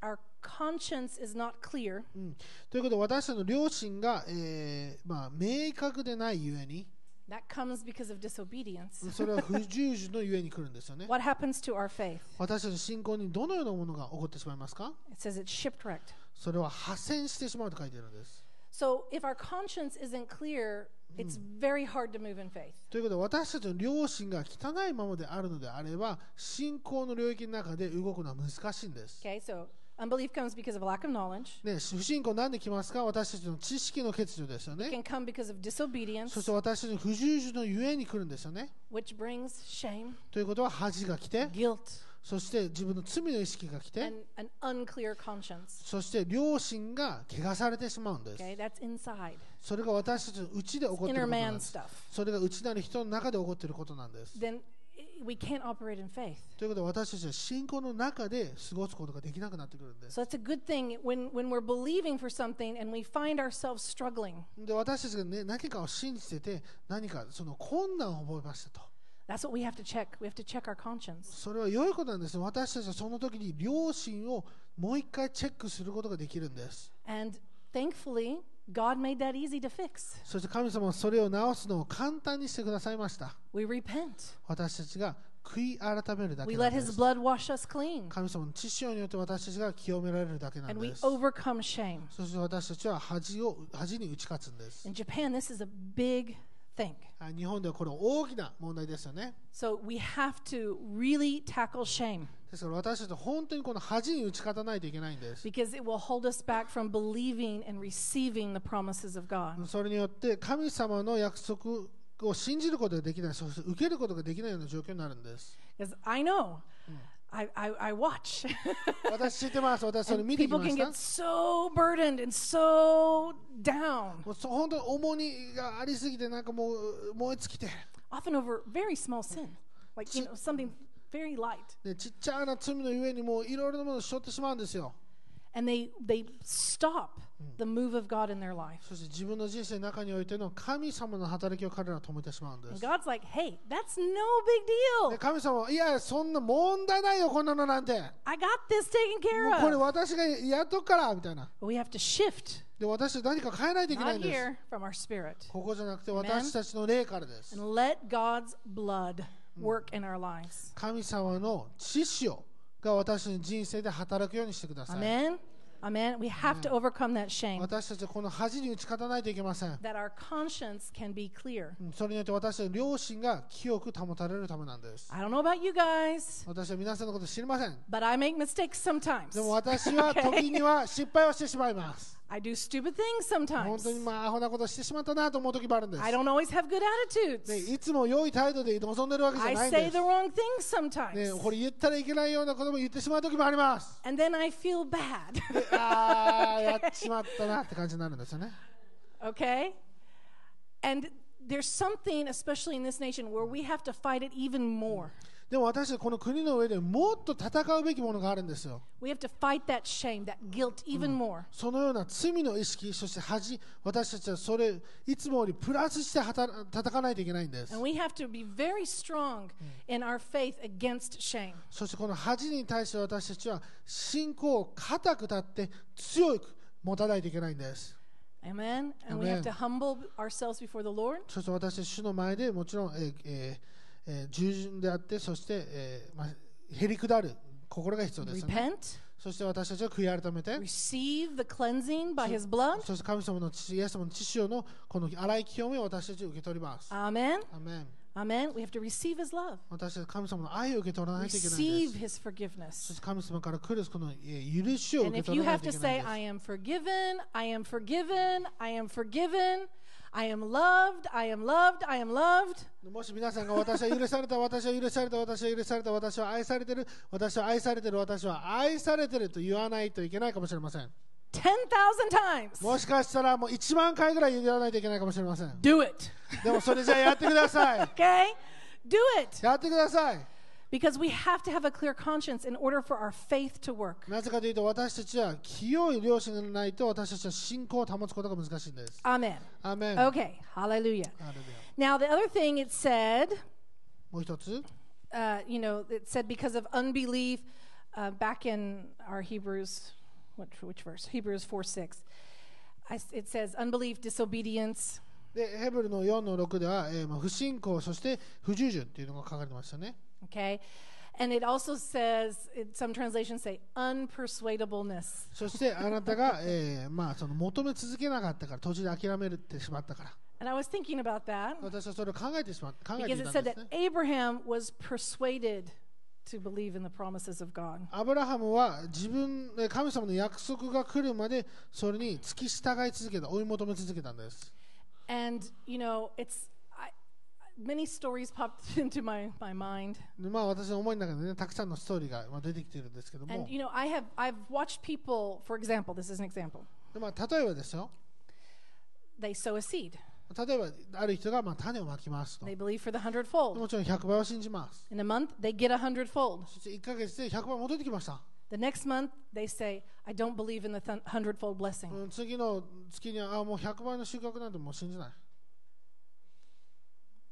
A: our conscience is not clear,
B: うん、ということで私たちの良心が、えーまあ、明確でないゆえに
A: that comes because of disobedience.
B: それは不従順のゆえに来るんですよ ね
A: What happens to our faith?
B: 私たちの信仰にどのようなものが起こってしまいますか
A: It says it's shipwrecked.
B: それは破線してしまうと書いてあるんです
A: So if our conscience isn't clear, it's very hard to move in faith.
B: ということで私たちの良心が汚いままであるのであれば信仰の領域の中で動くのは難しいんです、
A: Okay, so unbelief comes because of a lack of knowledge.
B: ね、不信仰なんで来ますか私たちの知識の欠如ですよ
A: It can
B: ね
A: come because of
B: そし
A: disobedience,
B: て私たちの不従順のゆえに来るんですよね
A: which brings shame,
B: ということは恥が来て
A: guilt,
B: そして自分の罪の意識が来て
A: and an unclear conscience.
B: そして良心が汚されてしまうんです
A: Okay, that's inside.
B: それが私たちの内で起こってい
A: Inner
B: ることな
A: man
B: んです。
A: stuff.
B: それが内なる人の中で起こっていることなんです。
A: Then i- we can't operate in faith.
B: ということで私たちは信仰の中で過ごすことができなくなってくるんです。
A: So it's a good thing when, when we're believing for something and we find ourselves struggling.
B: で私たちが、ね、何かを信じてて何かその困難を覚えましたと。
A: That's what we have to check. We have to check our conscience.
B: それは良いことなんです。私たちはその時に良心をもう一回チェックすることができるんです。
A: And thankfully, God made that easy to fix.
B: そして神様はそれを直すのを簡単にしてくださいました。
A: We repent.
B: 私たちが悔い改めるだけ
A: We
B: な
A: let
B: んで
A: his
B: す。
A: blood wash us clean.
B: 神様の知識によって私たちが清められるだけなん
A: And we
B: です。
A: overcome shame.
B: そして私たちは恥を恥に打ち勝つんです。
A: In Japan, this is a big thing.
B: あ日本ではこれ大きな問題ですよね。
A: So we have to really tackle shame
B: ですから私たちは本当にこの恥に打ち勝たないといけないんです。
A: because it will hold us back from believing and receiving the promises of God.
B: それによって神様の約束を信じることができない、そして受けることができないような状況になるんです。
A: Because I know, I, I, I watch.
B: 私知ってます。私それ見てき
A: People
B: ま
A: can
B: した。
A: get so burdened and so down,
B: もうそう本当に重荷がありすぎてなんかもう燃え尽きて、
A: often over very small sin, like you know something very light,
B: ね、ちっちゃな罪のゆえにもういろいろなものを背負ってしまうんですよ。
A: and they they stop the move of God in their life.
B: そして自分の人生の中においての神様の働きを彼らは止めてしまうんで
A: And
B: す。
A: God's like, "Hey, that's no big deal.
B: で神様はいやそんな問題ないよこんなのなんても
A: I got this taken
B: う
A: care
B: これ
A: of."
B: 私がやっとくからみたいな
A: But we have to shift
B: で私たち何か変えないといけない
A: not
B: んです
A: here from our spirit
B: ここじゃなくて私たちの霊からです
A: and let God's blood work in our lives.
B: 神様の知識をが私の人生で働くようにしてください
A: Amen. Amen. We have to overcome that shame
B: 私たちはこの恥に打ち勝たないといけません
A: that our conscience can be clear.
B: うんそれによって私たちの良心が清く保たれるためなんです
A: I don't know about you guys,
B: 私は皆さんのこと知りません
A: but I make mistakes sometimes.
B: でも 私は時には失敗をしてしまいます
A: I do stupid things
B: 本
A: sometimes.
B: 当にまあアホなことしてしまったなと思う時もあるんです
A: I don't always have good
B: ね
A: attitudes.
B: いつも良い態度で臨んでるわけじゃ
A: I
B: ないん
A: say
B: です
A: the wrong things
B: ね
A: sometimes.
B: これ言ったらいけないようなことも言ってしまう時もあります
A: And then I feel bad.
B: ああ やっちまったなって感じになるんですよね
A: okay? And there's something, especially in this nation, where we have to fight it even more.
B: でも私たちこの国の上でもっと戦うべきものがあるんですよ
A: We have to fight that shame, that guilt even more.
B: そのような罪の意識そして恥私たちはそれいつもよりプラスして働叩かないといけないんです
A: And we have to be very strong in our faith against shame.
B: そしてこの恥に対して私たちは信仰を固く立って強く持たないといけないんです
A: Amen. And we
B: Amen.
A: have to humble ourselves before the Lord.
B: そして私たち主の前でもちろん、えーえーえー従順であってそして、えーまあ、へりくだる心が必要ですよね
A: Repent,
B: そして私たちは悔い改めて
A: receive the cleansing by his blood.
B: そして神様の父イエス様の父よのこの荒い清めを私たちは受け取ります。
A: Amen.
B: アーメン
A: Amen. Amen. We have to receive his love,
B: 私たちは神様の愛を受け取らないといけないん
A: receive
B: です。
A: his
B: そ
A: forgiveness.
B: して神様から来るこのえー許しを
A: And
B: 受け
A: if
B: 取
A: you
B: らな
A: have
B: いと
A: to
B: いけない
A: say, I
B: んです。
A: am forgiven, I am forgiven, I am forgiven, I am loved, I am loved, I am loved,
B: もし皆さんが私は許された、私は許された、私は許された、私は愛されてる、私は愛されてる、私は愛されてると言わないといけないかもしれません。
A: 10,000 times.
B: もしかしたらもう1万回ぐらい言わないといけないかもしれません。
A: Do it.
B: でもそれじゃあやってください。
A: Okay? Do it.
B: やってください。
A: Because we have to have a clear conscience in order for our faith to work.
B: なぜかというと私たちは清い良心がないと私たちは信仰を保つことが難しいんです。
A: Amen.
B: アーメン。
A: Okay. Hallelujah.
B: ハレルヤ
A: Now, the other thing it said,
B: もう一つ。
A: uh, you know, it said because of unbelief, uh, back in our Hebrews, which, which verse? Hebrews 4 6. I s it says unbelief, disobedience.
B: でヘブルの4の6では、えーまあ不信仰そして不従順というのが書かれてましたね。
A: Okay. And it also says, it, some translations say unpersuadableness.
B: そしてあなたが、 えーまあ、その求め続けなかったから途中で諦めてしまったから。
A: And I was thinking about that
B: 私はそれを考えてしまった考えてい
A: because
B: た
A: it
B: ん
A: said
B: です
A: that
B: ね。
A: Abraham was persuaded to believe in the promises of God.
B: アブラハムは自分えー神様の約束が来るまでそれに付き従い続けた追い求め続けたんです。
A: And, you know, it's I, many stories popped into my, my mind.
B: でまあ私の思いの中でねたくさんのストーリーがまあ出てきているんですけど
A: And,
B: も
A: you know, I have, I've watched people, for example, this is an example,
B: でまあ例えばですよ
A: they sow a seed,
B: 例えばある人がまあ種をまきますと
A: they believe for the hundredfold.
B: もちろん100倍を信じます
A: In a month, they get a hundredfold.
B: そして1ヶ月で100倍戻ってきました、
A: The next month, they say, I don't believe in the th- hundredfold blessing.
B: うん、次の月にはあもう100倍の収穫なんてもう信じない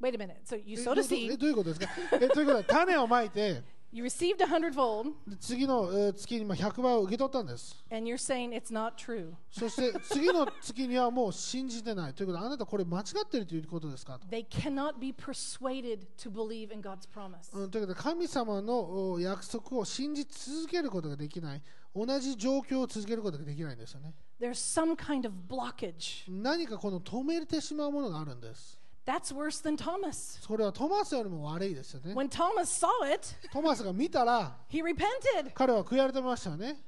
A: Wait a minute. So you
B: え
A: sowed
B: ど
A: a
B: うどうえ
A: seed,
B: どういうことですかえということは種をまいて
A: you received a hundredfold,
B: で次のえー月にまあ100倍を受け取ったんです
A: and you're saying it's not true.
B: そして次の月にはもう信じてないということはあなたこれ間違ってるということですかと、
A: They cannot be persuaded to believe in God's promise.
B: うん、ということで神様のお約束を信じ続けることができない同じ状況を続けることができないんですよね
A: There's some kind of blockage.
B: 何かこの止めてしまうものがあるんです
A: That's worse than Thomas.
B: それはトマスよりも悪いですよね
A: When Thomas saw it,
B: トマスが見たら
A: he repented.
B: 彼は悔やれてましたよね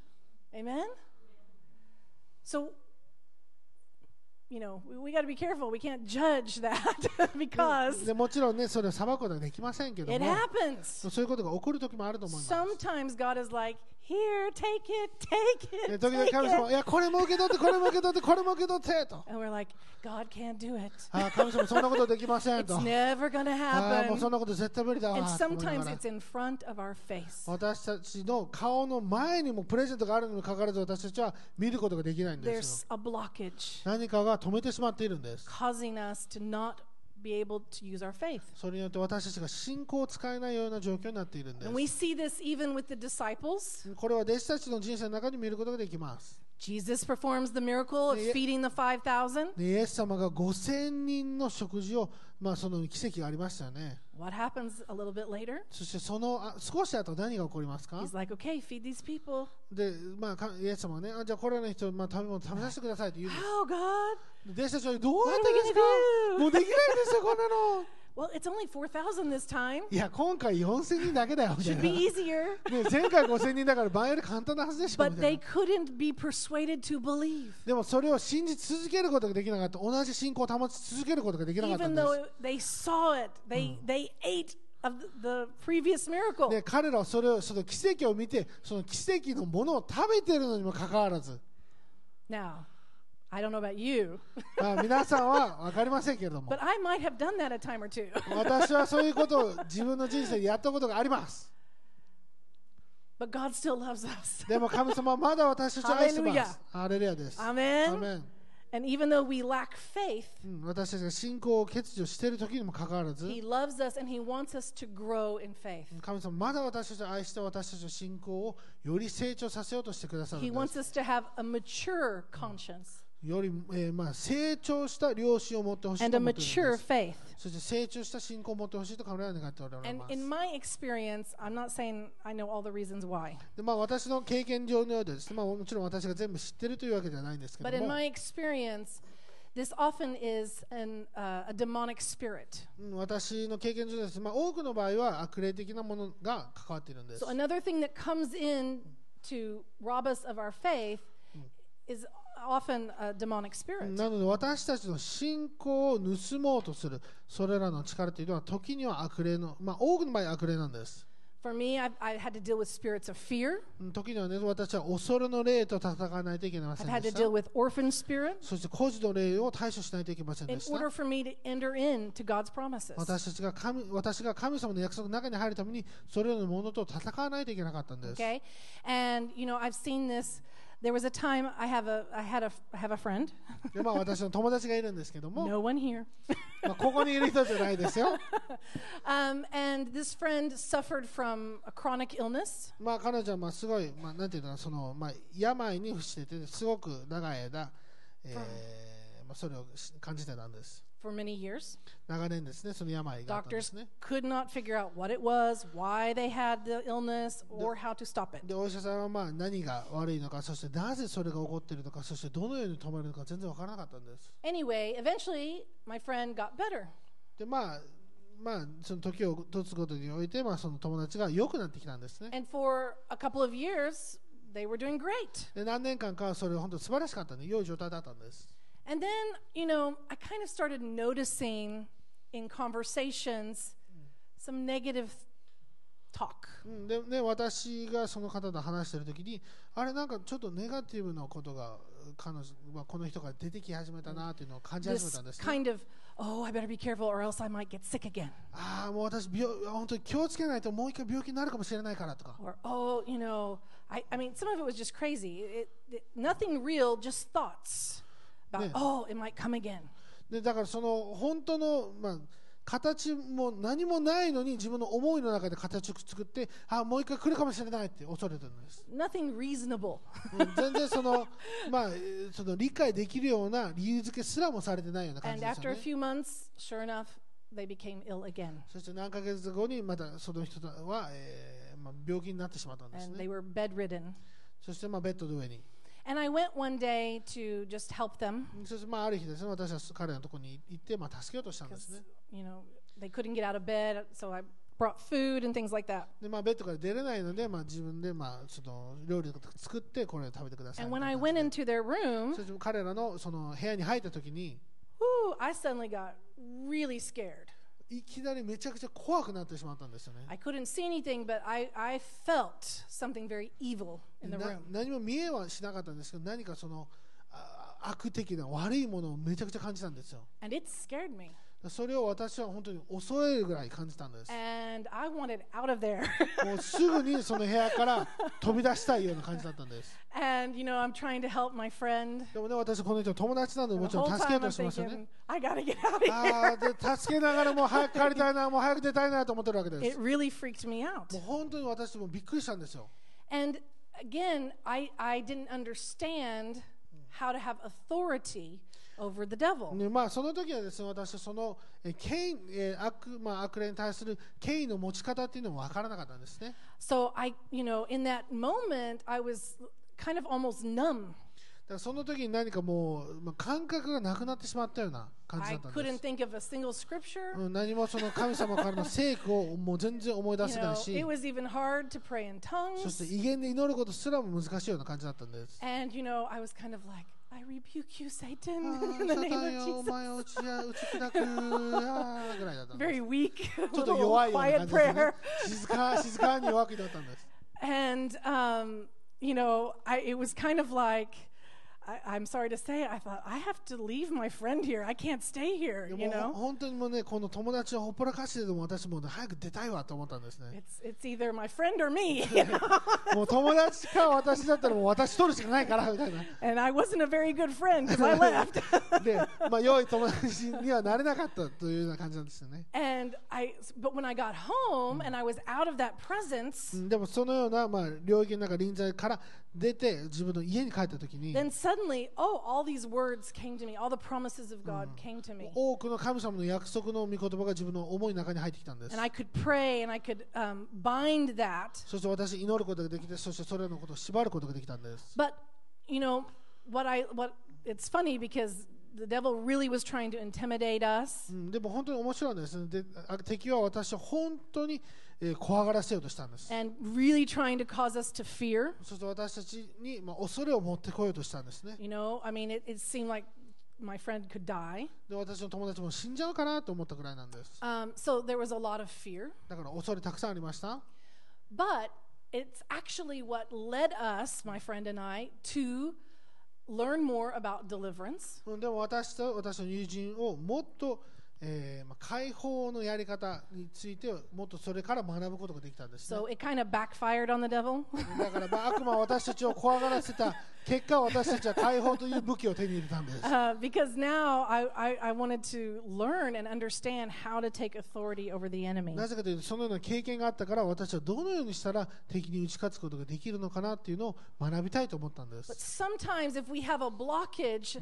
A: Amen? So, you know, we, we got to be careful. We can't judge that because
B: でもちろんねそれを裁くことはできませんけど
A: it
B: も
A: happens.
B: そういうことが起こる時もあると思います
A: Sometimes God is like, here, take it, take
B: で
A: it.
B: 時々
A: Take
B: 神様
A: it.
B: いやこれも受け取ってこれも受け取ってこれも受け取ってと
A: And we're like, God can't do it.
B: あー神様そんなことできません
A: It's
B: と
A: never going to
B: あーもうそ
A: happen.
B: んなこと絶対無理だわ
A: And
B: と思いな
A: sometimes
B: がら
A: it's in front of our face.
B: 私たちの顔の前にもプレゼントがあるにもかかわらず私たちは見ることができないんですよ
A: There's a blockage
B: 何かが止めてしまっているんです
A: causing us to not be able to use our faith.
B: それによって私たちが信仰を使えないような状況になっているんです
A: And we see this even with the disciples.
B: これは弟子たちの人生の中に見ることができます。
A: Jesus performs the miracle of
B: Yeah.
A: feeding the 5,000.
B: でイエス様が5000人の食事を、まあ、その奇跡がありましたよね。
A: What happens a little bit later?
B: そしてそのあ少し後何が起こりますか
A: He's like, okay, feed these people.
B: で、まあか、イエス様はね、あじゃあコロナの人、まあ、食べ物食べさせてくださいと言うんで
A: How, Oh, God?
B: す。で弟子たちはどうや
A: What are we gonna do?
B: ってですかもうできないですよ、こんなの。
A: Well, it's only 4,000 this time.
B: いや、今回4000人だけだよ、みたい
A: Should
B: な。
A: be
B: ね、
A: easier.
B: 前回5000人だから倍より簡単なはずでしょ、み
A: But
B: たい
A: they
B: な。
A: couldn't be persuaded to believe,
B: でもそれを信じ続けることができなかった。同じ信仰を保ち続けることができなかった
A: even
B: んです。
A: though they saw it. They,
B: Hmm.
A: they ate of the- the previous miracle.
B: で彼らはそれをその奇跡を見てその奇跡のものを食べているのにもかかわらず
A: Now, I don't know about you,
B: まあ皆さんは分かりませんけれども
A: but I might have done that a time or two.
B: 私はそういうことを自分の人生でやったことがあります
A: But God still loves us.
B: でも神様はまだ私たちを愛してますアレルヤです
A: アー
B: ア
A: メン
B: ーメン
A: And even though we lack faith,
B: うん私たちが信仰を欠如している時にもかかわらず
A: He loves us and He wants us to grow in faith.
B: 神様まだ私たちを愛して私たちの信仰をより成長させようとしてくださる
A: He
B: んで
A: wants
B: す
A: us to have a mature conscience
B: より、えーまあ、成長した良心を持ってほしい
A: and
B: と
A: a
B: 思っている
A: mature
B: んです
A: faith.
B: そして成長した信仰を持ってほしいと神は願っておりま
A: And
B: す
A: in my experience, I'm not saying I know all the reasons why,
B: でまあ、私の経験上によるとですね、まあ、もちろん私が全部知ってるというわけではないんですけ
A: but
B: ど
A: in
B: も
A: my experience, This often is an, uh, a demonic spirit.
B: うん私の経験上です、まあ、多くの場合は悪霊的なものが関わっているんです
A: So another thing that comes in to rob us of our faith is often a demonic spirit.
B: なので私たちの信仰を盗もうとするそれらの力というのは時には悪霊の、まあ、多くの場合悪霊なんです
A: For me, I've, I had to deal with spirits of fear.
B: うん時にはね私は恐れの霊と戦わないといけませ
A: I've
B: ん
A: had
B: で
A: to
B: し
A: deal with
B: た
A: orphan spirits
B: そして孤児の霊を対処しないといけません
A: in
B: でした
A: order for me to enter into God's promises.
B: 私たちが神私が神様の約束の中に入るためにそれらのものと戦わないといけなかったんです、
A: Okay, and you know I've seen this. There was a time I have a I had a I have a friend.
B: でまあ、私の友達がいるんですけども、
A: no one here.
B: まあ、ここにいる人じゃないですよ、
A: um, and this friend suffered from a chronic illness.
B: まあ、彼女はまあすごい、まあ、なんていうのその、まあ、病に伏しててすごく長い間、えーまあ、それをし感じてたんです
A: For many years,
B: 長年ですねその病があったんで
A: doctors
B: すね
A: could not figure out what it was, why they had the illness, or how to stop it.
B: でお医者さんはまあ何が悪いのかそしてなぜそれが起こっているのかそしてどのように止まるのか全然わからなかったんです
A: Anyway, eventually, my friend got better.
B: でまあまあその時をとつことにおいて、まあ、その友達が良くなってきたんですね
A: And for a couple of years, they were doing great.
B: で何年間かはそれ本当素晴らしかったね良い状態だったんです
A: And then, you know, I kind of started noticing in conversations some negative talk.
B: うんでね、私がその方と話してるときに、あれ、なんかちょっとネガティブなことが彼女、まあ、この人が出てき始めたなというのを感じ始め
A: This
B: たんです、ね。
A: kind of, oh, I better be careful or else I might get sick again.
B: ああ、もう私病、本当に気をつけないともう一回病気になるかもしれないからとか、
A: Or, oh, you know, I, I mean, some of it was just crazy. It, it, nothing real, just thoughts about,
B: Yeah.
A: oh, it might come again.
B: でだからその本当の、まあ、形も何もないのに自分の思いの中で形を作って、ああ、もう一回来るかもしれないって恐れてるんです。
A: Nothing reasonable.
B: うん全然その、まあ、えーその理解できるような理由付けすらもされてないような感
A: and
B: じです
A: after
B: よ
A: a
B: ね。
A: few months, sure enough, they became ill again.
B: そして何ヶ月後にまたその人は、えーまあ、病気になってしまったんです
A: And they
B: ね。
A: were bedridden.
B: そしてまあベッドの上に。
A: And I went one day to just help them.
B: そしてまあある日ですね、私は彼のところに行って、まあ、助けようとしたんですね。
A: you know, they couldn't get out of bed, so I brought food and things like that.
B: でまあ、ベッドから出れないので、まあ、自分で、まあ、その料理を作ってこれを食べてください
A: And
B: みたい
A: when
B: な
A: I
B: 感じ
A: went
B: で。
A: into their
B: そ
A: room,
B: して彼らのその部屋に入った時に
A: whoo, I suddenly got really scared.
B: いきなりめちゃくちゃ怖くなってしまったんですよね。
A: I couldn't see anything, but I, I felt something very evil in the
B: な
A: room.
B: 何も見えはしなかったんですけど何かそのあ悪的な悪いものをめちゃくちゃ感じたんですよ。
A: And it scared me.
B: それを私は本当に恐れるぐらい感じたんです。
A: And I wanted out of there.
B: もう すぐにその部屋から飛び出したいような感じだったんです。
A: and, you know, I'm trying to help my friend.
B: でもね、私、この人、友達なので、も
A: The
B: ちろ
A: whole
B: ん助けよ
A: time
B: うと
A: I'm
B: してますよね
A: thinking,。I gotta get out of here.
B: ああ、で、助けながらもう早く帰りたいな、もう早く出たいなと思ってるわけで
A: It
B: す。
A: really freaked me out.
B: もう本当に私もびっくりしたんですよ。
A: And again, I, I didn't understand how to have authority over the devil.
B: ねまあ、その時はですね、私はその、え権威、え悪、まあ、悪霊に対する権威の持ち方っていうのも分からなかったんですね。
A: So I, you know, in that moment, I was kind of almost numb.
B: だからその時に何かもう、まあ、感覚がなくなってしまったような感じ
A: I
B: だったんで
A: couldn't
B: す。
A: think of a single scripture.
B: うん、何もその神様からの聖句をもう全然思い出
A: You
B: せな
A: know,
B: いし。
A: it was even hard to pray in
B: そして
A: tongues.
B: 威厳で祈ることすらも難しいような感じだった んです。
A: And, you know, I was kind of like, I rebuke you,
B: あ
A: Satan,
B: ー
A: in the
B: サ
A: name
B: タンよ、お
A: of Jesus.
B: 前を打ちや打ち砕くあーぐらいだったんで す。
A: Very weak,
B: ちょっと
A: little
B: 弱いような
A: quiet
B: 感じです、ね
A: prayer.、
B: 静か静かに弱気だったんです。
A: And, um, you know, I, it was kind of like, I, I'm sorry to say, it, I thought, I have to leave my friend here. I can't stay here,
B: で
A: you know?
B: もほ本当にもうね、この友達をほっぽらかしてでも私も、ね、早く出たいわと思ったんで すね。
A: It's, it's either my friend or me. you know?
B: もう友達か私だったらもう私取るしかないからみ たいな。
A: and I wasn't a very good friend because I left.
B: で、まあ良い友達にはなれなかったというような感じなんですよね。
A: and I, but when I got home and I was out of that presence,
B: でもそのような、まあ、領域の中臨在から出て自分の家に帰った時に。
A: then suddenly, oh, all these words came to me. All the promises of God came to me.
B: 多くの神様の約束の御言葉が自分の思いの中に入ってきたんです
A: And。I could pray and I could um, bind that
B: そして私、祈ることができて、そしてそれらのことを縛ることができたんです。
A: But you know what I what it's funny because the devil really was trying to intimidate us.
B: うんでも本当に面白いんですねであ敵は私を本当に、えー怖がらせようとしたんです。
A: and really trying to cause us to fear.
B: そして私たちに、まあ、恐れを持ってこようとしたんですね。
A: You know, I mean, it, it seemed like my friend could die.
B: で私の友達も死んじゃうかなと思ったぐらいなんです。
A: Um, so there was a lot of fear.
B: だから恐れたくさんありました。
A: But it's actually what led us, my friend and I, to learn more about deliverance
B: うんでも私と私の友人をもっと、えーまあ、解放のやり方についてもっとそれから学ぶことができたんです、ね
A: So。it kind of backfired on the devil.
B: だから、まあ、悪魔は私たちを怖がらせた結果私たちは解放という武器を手に入れたんです。
A: Uh, because now I, I, I wanted to learn and understand how to take authority over the enemy.
B: なぜかというとそのような経験があったから私はどのようにしたら敵に打ち勝つことができるのかなっていうのを学びたいと思ったんです。
A: sometimes if we have a blockage,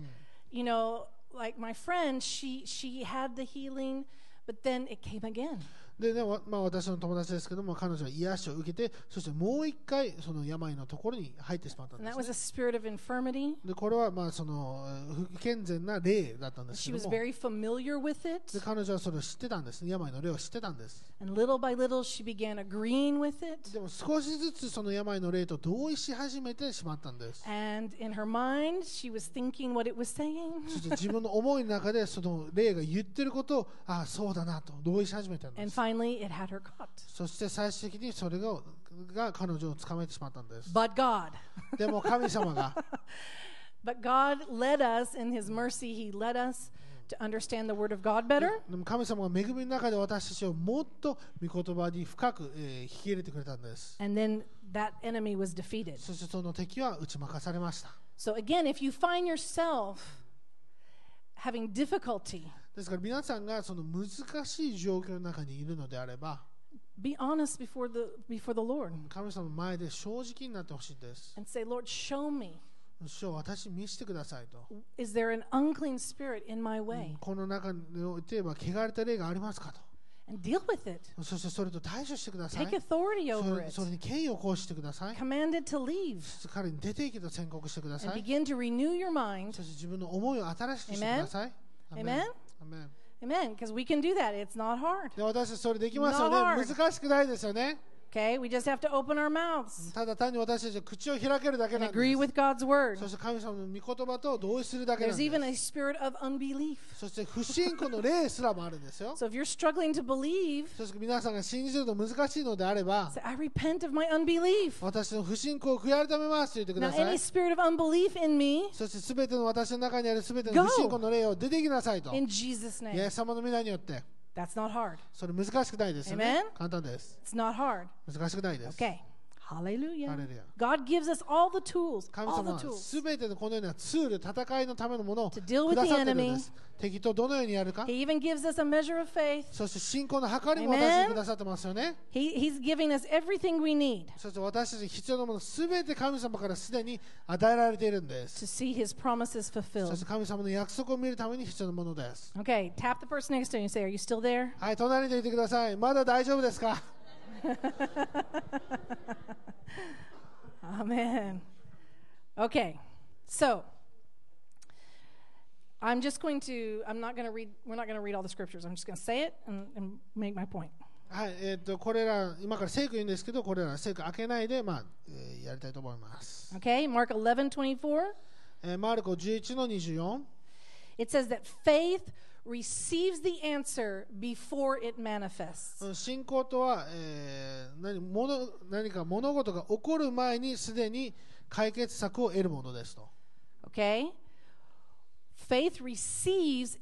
A: you know, like my friend, she she had the healing, but then it came again.
B: でね、わまあ、私の友達ですけども彼女は癒しを受けてそしてもう一回その病のところに入ってしまったん
A: And
B: で
A: that
B: す、ね
A: was。a spirit of infirmity.
B: でこれはまあそのえー不健全な霊だったんです
A: She
B: け
A: was
B: ども
A: very
B: で
A: familiar with it.
B: 彼女はそれを知ってたんですね病の霊を知ってたんです
A: And little by little she began agreeing with it.
B: でも少しずつその病の霊と同意し始めてしまったんです
A: And in her mind, she was thinking what it was saying.
B: そして自分の思いの中でその霊が言ってることをああそうだなと同意し始めたん で
A: And
B: す
A: finally it had her caught.
B: そして最終的にそれがが彼女を捕まえてしまったんです
A: But God.
B: でも神様が
A: But God led us in his mercy, he led us to understand the word of God better.
B: でも神様が恵みの中で私たちをもっと御言葉に深く、えー引き入れてくれたんです
A: And then that enemy was defeated.
B: そしてその敵は打ち負かされました
A: So again, if you find yourself having difficulty,
B: ですから皆さんがその難しい状況の中にいるのであれば
A: be honest before the before the Lord
B: 神様の前で正直になってほしいんです。
A: and say, "Lord, show me.
B: 主よ私見せてくださいと。
A: Is there an unclean spirit in my way?"
B: この中においては汚れた霊がありますか
A: And deal with it.
B: と。そしてそれと対処してください
A: Take。authority
B: そ
A: over
B: れ
A: it.
B: それに権威を行使してください。
A: Command it to leave
B: 彼に出て行けと宣告してくだ
A: and
B: さい。
A: begin to renew your mind.
B: そして自分の思いを新しくしてください。
A: Amen?
B: アメンアメン
A: Amen, because we can do that. It's not hard.
B: で私たちそれできますよ
A: Not
B: ね。
A: hard.
B: 難しくないですよね。
A: Okay? We just have to open our mouths
B: ただ単に私たちは口を開けるだけ
A: and
B: なん
A: agree
B: で
A: with
B: す。
A: God's word.
B: そして神様の御言葉と同意するだけなん
A: There's
B: で
A: even
B: す。
A: a spirit of unbelief.
B: そして不信仰の霊すらもあるんですよ。
A: So if you're struggling to believe,
B: そして皆さんが信じるの難しいのであれば
A: say, I repent of my unbelief.
B: 私の不信仰を悔い改めますと言ってく
A: Now,
B: ださ
A: any
B: い
A: spirit of unbelief in me,
B: そして全ての私の中にある全ての不信仰の霊を出ていきなさいと
A: in Jesus'
B: イ
A: name.
B: エス様の皆によって
A: That's not hard.
B: それ難しくないですよね
A: Amen?
B: 簡単です
A: It's not hard.
B: 難しくないです
A: Okay. Hallelujah.
B: Hallelujah.
A: God gives us all the tools,
B: 神
A: all
B: 様
A: the
B: は
A: tools.
B: 全てのこのようなツール戦いのためのものを
A: To deal with
B: くださってるんで
A: the
B: す敵とどのようにやるか
A: He even gives us a measure of faith.
B: そして信仰の計りも
A: Amen?
B: 私にくださってますよね
A: He, he's giving us everything we need
B: そして私たちに必要なもの全て神様からすでに与えられているんで
A: to
B: す
A: see His promises
B: そし
A: fulfilled.
B: て神様の約束を見るために必要なものです
A: Okay, tap the person next to you and say, Are you still there?
B: はい、隣でいてください。まだ大丈夫ですか
A: Amen. Okay, so I'm just going to, I'm not going to read, we're not going to read all the scriptures. I'm just going to say it and, and make my point.
B: はい、えっ、と、これら、今から聖句言うんですけど、これら聖句開けないで、まあ、えーやりたいと思います。
A: Okay, Mark 11 24.
B: えーマルコ11の24。
A: It says that faith receives the answer before it manifests.
B: うん信仰とは、えー何もの何か物事が起こる前にすでに解決策を得るものですと。
A: Okay? Faith receives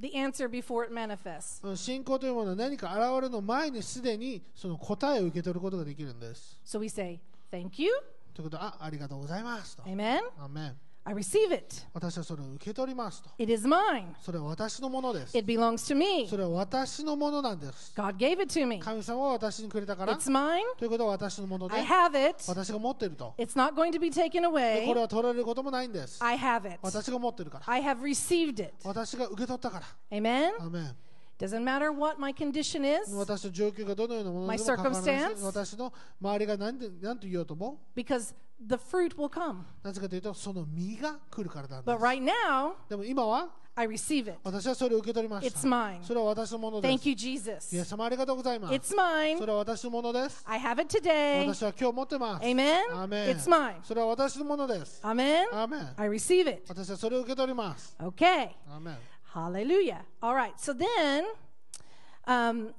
A: the answer before it manifests.
B: うん信仰というものは何か現れの前にすでにその答えを受け取ることができるんです。
A: So we say, Thank you.
B: ということは、あありがとうございますと。
A: Amen.
B: アーメン
A: I receive it.
B: 私はそれを受け取りますと。
A: It is mine.
B: それは私のものです。
A: It belongs to me.
B: それは私のものなんです。
A: God gave it to me.
B: 神様は私にくれたから、
A: It's mine.
B: ということは私のもので
A: I、have it.
B: 私が持っていると。
A: It's not going to be taken
B: でこ
A: away.
B: れは取られることもないんです。
A: I have it.
B: 私が持っているから、
A: I have received it.
B: 私が受け取ったから。
A: Amen.
B: アーメン
A: Doesn't matter what my condition is
B: 私の状況がどのようなものでも
A: My
B: かかわら
A: circumstance?
B: ず、私の周りが何で何と言おうとも、
A: because the fruit will come.
B: なぜかというと、その実が来るからなんで
A: But
B: す。
A: right now,
B: でも今は、
A: I receive it.
B: 私はそれを受け取りまし
A: It's
B: た。
A: mine.
B: それは私のもので
A: Thank
B: す。
A: you, Jesus.
B: イエス様ありがとうございます。
A: It's mine.
B: それは私のものです。
A: I have it today.
B: 私は今日持ってます。
A: Amen?
B: アーメン
A: It's mine.
B: それは私のものです。
A: Amen.
B: アーメン
A: I receive it.
B: 私はそれを受け取ります。
A: Okay.
B: アーメン
A: Hallelujah. All right. So then, um,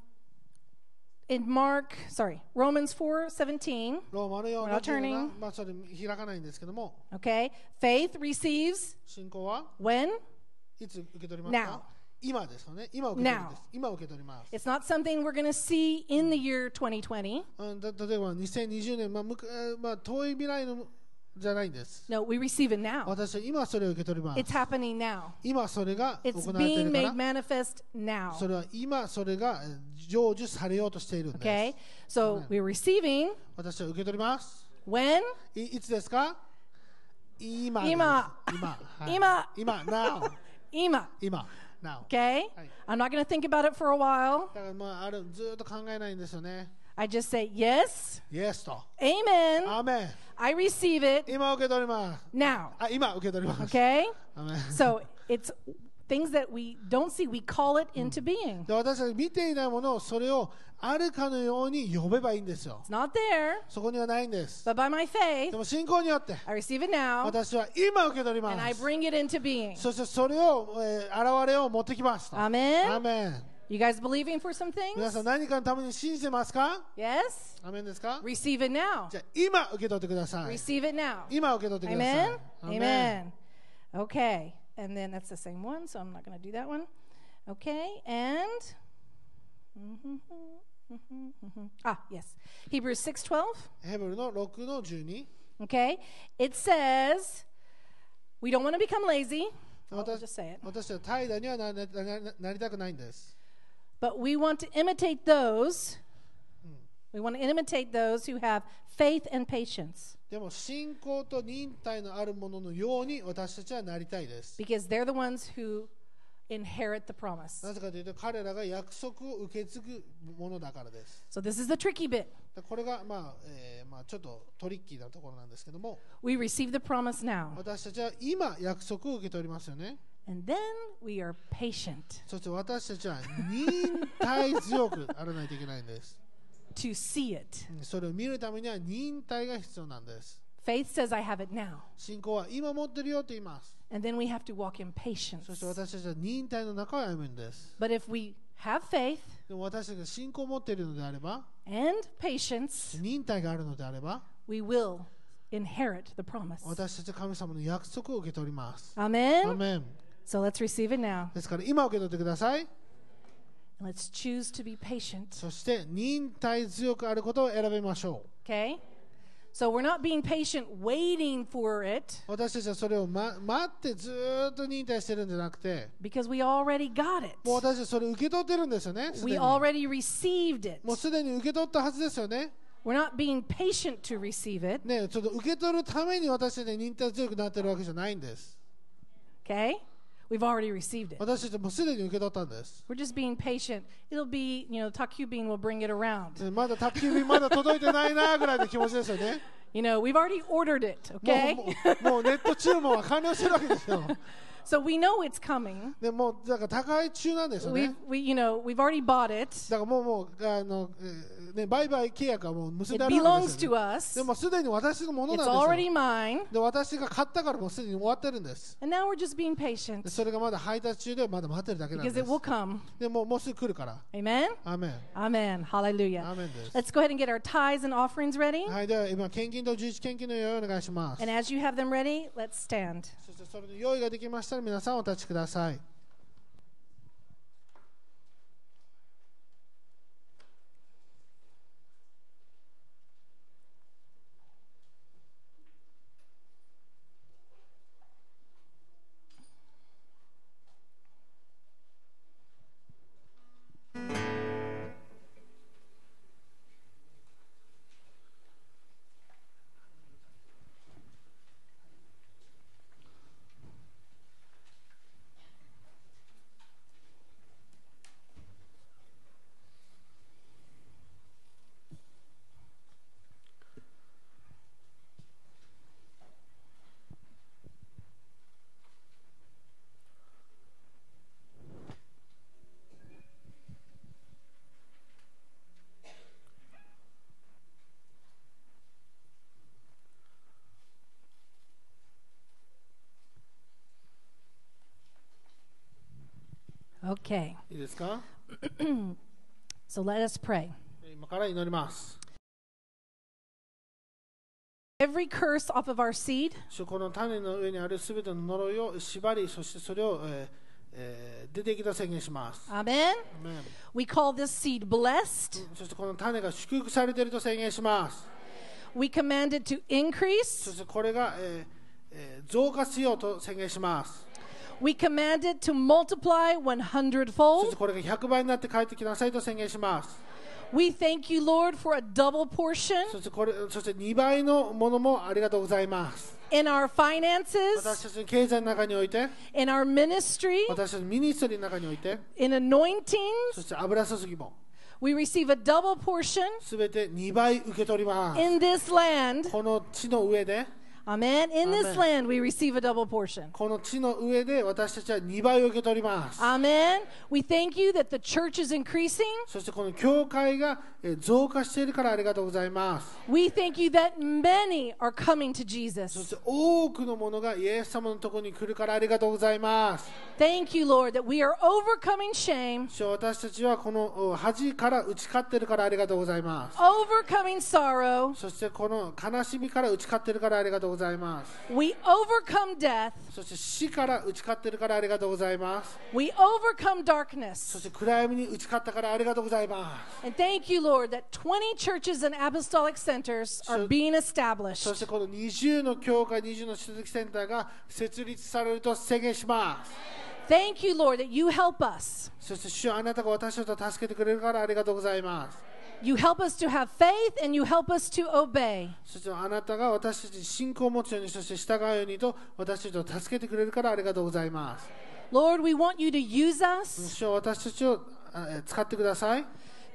A: in Mark, sorry, Romans 4 17,
B: ローマの4
A: We're
B: の
A: not turning.
B: 17まあそれ開かないんですけども、
A: okay, faith receives
B: 信仰は
A: when?
B: いつ受け取りますか
A: Now.
B: 今ですよね。今受け取るんです。今受け取ります。
A: It's not something we're going to see in the year 2020.
B: うんた例えば2020年、まあむくえーまあ、遠い未来のじゃないんです。
A: No, we receive it now.
B: 私は今それを受け取ります
A: It's。happening now.
B: 今それが
A: It's
B: 行われてい
A: being
B: るか
A: made
B: ら、
A: manifest now.
B: それは今それがえー成就されようとしているんです。
A: Okay. So we're receiving
B: 私は受け取ります。
A: when?
B: いいつですか今です。
A: 今
B: 今。はい
A: 今
B: 今。Now。
A: Ima.
B: 今。Now。
A: Okay.
B: Hi.
A: I'm not going to think about it for a while.
B: だからまああるずーっと考えないんですよね。
A: I just say yes.
B: イエスと。
A: Amen.
B: アーメン
A: I receive it
B: 今受け取ります。
A: now.
B: あ、今受け取ります。
A: Okay?
B: アーメン
A: So it's things that we don't see, we call it into being.
B: で私たち見ていないものをそれをあるかのように呼べばいいんですよ
A: It's。not there,
B: そこにはないんです。
A: but by my
B: で
A: faith,
B: も信仰によって
A: I receive it now
B: 私は今受け取り
A: and
B: ま
A: I
B: す。
A: bring it into being.
B: そしてそれを、えー現れを持ってきますと。アー
A: Amen.
B: メン
A: You guys believing for some
B: 皆
A: things?
B: さん何かのために信じてますか
A: Yes?
B: アーメンですか
A: Receive it now.
B: じゃあ今受け取ってください。
A: Receive it now.
B: 今受け取ってください
A: Amen?。
B: アーメン
A: Amen. Okay. And then that's the same one, so I'm not going to do that one. Okay. And. mm-hmm, Ah, yes. Hebrews 6:12.
B: ヘブルの6の12。
A: Okay? It says we don't want to become lazy. I'll
B: 私
A: just say it.
B: 私は怠惰にはなななななりたくないんです。
A: But we want to imitate those. We want to imitate those who have faith and patience
B: でも信仰と忍耐のあるもののように私たちはなりたいです。
A: because they're the ones who inherit the promise.
B: なぜかというと彼らが約束を受け継ぐものだからです。
A: So this is the tricky bit.
B: でこれが、まあえーまあ、ちょっとトリッキーなところなんですけども
A: We receive the promise now.
B: 私たちは今約束を受け取りますよね。
A: And then we are patient
B: そして私たちは忍耐強くあらないといけないんです。
A: to see it.
B: うんそれを見るためには忍耐が必要なんです。
A: Faith says, I have it now.
B: 信仰は今持ってるよと言います。
A: And then we have to walk in patience.
B: そして私たちは忍耐の中を歩むんです。
A: But if we have faith
B: でも私たちが信仰を持っているのであれば、
A: and patience,
B: 忍耐があるのであれば、
A: we will inherit the promise.
B: 私たちは神様の約束を受け取ります。ア
A: Amen.
B: メン
A: So let's receive it now.
B: ですから今受け取ってください。
A: And let's choose to be patient.
B: そして忍耐強くあることを選びましょ
A: Okay? So we're not being patient waiting for it
B: う。私たちはそれを、ま、待ってずーっと忍耐してるんじゃなくて、
A: because we already got
B: もう
A: it.
B: 私たちはそれを受け取ってるんですよね。す
A: We
B: でに
A: already received it.
B: もうすでに受け取ったはずですよね。
A: We're not being patient to receive it.
B: ねちょっと受け取るために私たちは忍耐強くなってるわけじゃないんです。
A: Okay? We've already received it.
B: 私たちはもうすでに受け取ったんです。
A: We're just being patient. It'll be, you know, Takubin will bring it around.
B: ねまだ宅急便 まだ届いてないなぐらいの気持ちですよね。
A: You know, we've already ordered it,
B: も
A: okay?
B: うもうもうネット注文は完了してるわけですよ。
A: so we know it's coming.
B: でもうだから宅配中なんですよ
A: We
B: ね。
A: we you know, we've already bought it.
B: だからもうもうあの、えーね、売買契約はもう結ん
A: It
B: であるわけで
A: belongs
B: すよ
A: to
B: ね、
A: us.
B: でもすでに私のもの
A: It's
B: なん
A: already
B: ですよ。
A: mine.
B: で私が買ったからもうすでに終わってるんです。
A: And now we're just being
B: で
A: patient
B: それがまだ配達中でまだ待ってるだけなんで
A: because
B: す
A: it。will come.
B: でもうもうすぐ来るから。
A: Amen.
B: アーメン。
A: Amen.
B: ア
A: Hallelujah.
B: ーメンです。
A: Let's go ahead and get our tithes and offerings ready.
B: はい、では今、献金と十一献金の用意をお願いします
A: And。as you have them ready, let's stand.
B: そしてそれの用意ができましたら皆さんお立ちください。
A: Okay,
B: いいですか
A: so let us pray.
B: 今から祈ります。
A: Every curse off of our seed,
B: 主この種の上にあるすべての呪いを縛り、そしてそれを、えーえー出てきた宣言します。
A: amen.
B: アメン
A: We call this seed blessed.
B: そしてこの種が祝福されていると宣言します。
A: We command it to
B: そ
A: increase.
B: してこれが、えーえー増加しようと宣言します。
A: We command it to multiply 100
B: そし
A: fold.
B: てこれが100倍になって帰ってきなさいと宣言します。
A: We thank you, Lord, for a double portion
B: そしてこれそして2倍のものもありがとうございます。
A: in our
B: 私
A: finances,
B: たちの経済の中において、
A: in our ministry,
B: 私たちのミニストリーの中において、
A: in
B: そ
A: anointings.
B: して油注ぎも
A: We receive a double portion
B: すべて2倍受け取ります。
A: in this land.
B: この地の上で、
A: Amen. In this
B: Amen.
A: land, we receive a double portion.
B: この地の上で私たちは2倍を受け取ります。
A: Amen. We thank you that the church is increasing.
B: そしてこの教会がえー増加しているからありがとうございます。
A: We thank you that many are coming to
B: そし
A: Jesus.
B: て多くのものがイエス様のところに来るからありがとうございます。
A: Thank you, Lord, that we are overcoming shame,
B: 主よ私たちはこのお恥から打ち勝ってるからありがとうございます。
A: overcoming sorrow.
B: そしてこの悲しみから打ち勝ってるからありがとうございます。
A: We overcome death.
B: そして死から打ち勝ってるからありがとうございます。
A: We overcome
B: そ
A: darkness.
B: して暗闇に打ち勝ったからありがとうございます。
A: And thank you, Lord, that 20 churches and apostolic centers are
B: So-
A: being established.
B: そしてこの20の教会、20の出席センターが設立されると宣言します。
A: Thank you, Lord, that you help us.
B: そして主よあなたが私たちを助けてくれるからありがとうございます。
A: You help us to have faith and you help us to obey.
B: そしてあなたが私たちに信仰を持つように、そして従うようにと私たちを助けてくれるからありがとうございます。
A: Lord, we want you to use us
B: 主よ私たちをあえ使ってください。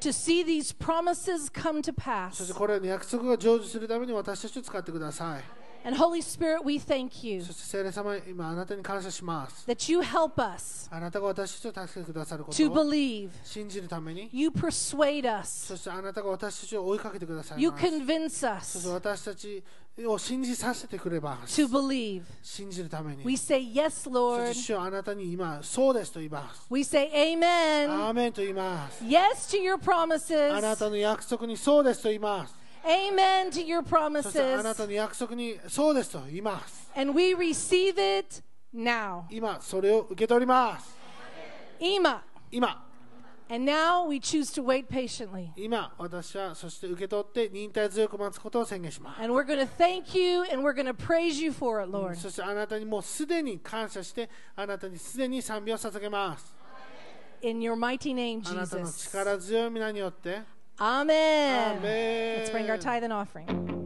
A: to see ththese promises come to
B: そし
A: pass.
B: てこれらの約束が成就するために私たちを使ってください。
A: And Holy Spirit, we thank you
B: そして聖霊様、今あなたに感謝します。
A: that you help us
B: あなたが私たちを助けてくださること
A: to
B: を
A: believe.
B: 信じるために、
A: You persuade us.
B: そしてあなたが私たちを追いかけてください
A: You
B: ます。
A: convince
B: そし
A: us
B: て私たちを信じさせてくれば
A: to believe.
B: 信じるために
A: We say yes,
B: そして
A: Lord.
B: 主よあなたに今そうですと言います
A: We say
B: ア
A: amen.
B: ーメンと言います
A: Yes to your
B: あな
A: promises.
B: たの約束にそうですと言います
A: Amen to your
B: そしてあなた
A: promises.
B: の約束にそうですと言います
A: And we receive it now.
B: 今それを受け取ります
A: Ima.
B: 今
A: And now we choose to wait patiently.
B: 今私はそして受け取って忍耐強く待つことを宣言します
A: And we're going to thank you and we're going to praise you for it, Lord.
B: そしてあなたにもうすでに感謝してあなたにすでに賛美を捧げます
A: In your mighty name,
B: あなたの
A: Jesus.
B: 力強い皆によってアー
A: Amen.
B: メン
A: Let's bring our tithe and offering.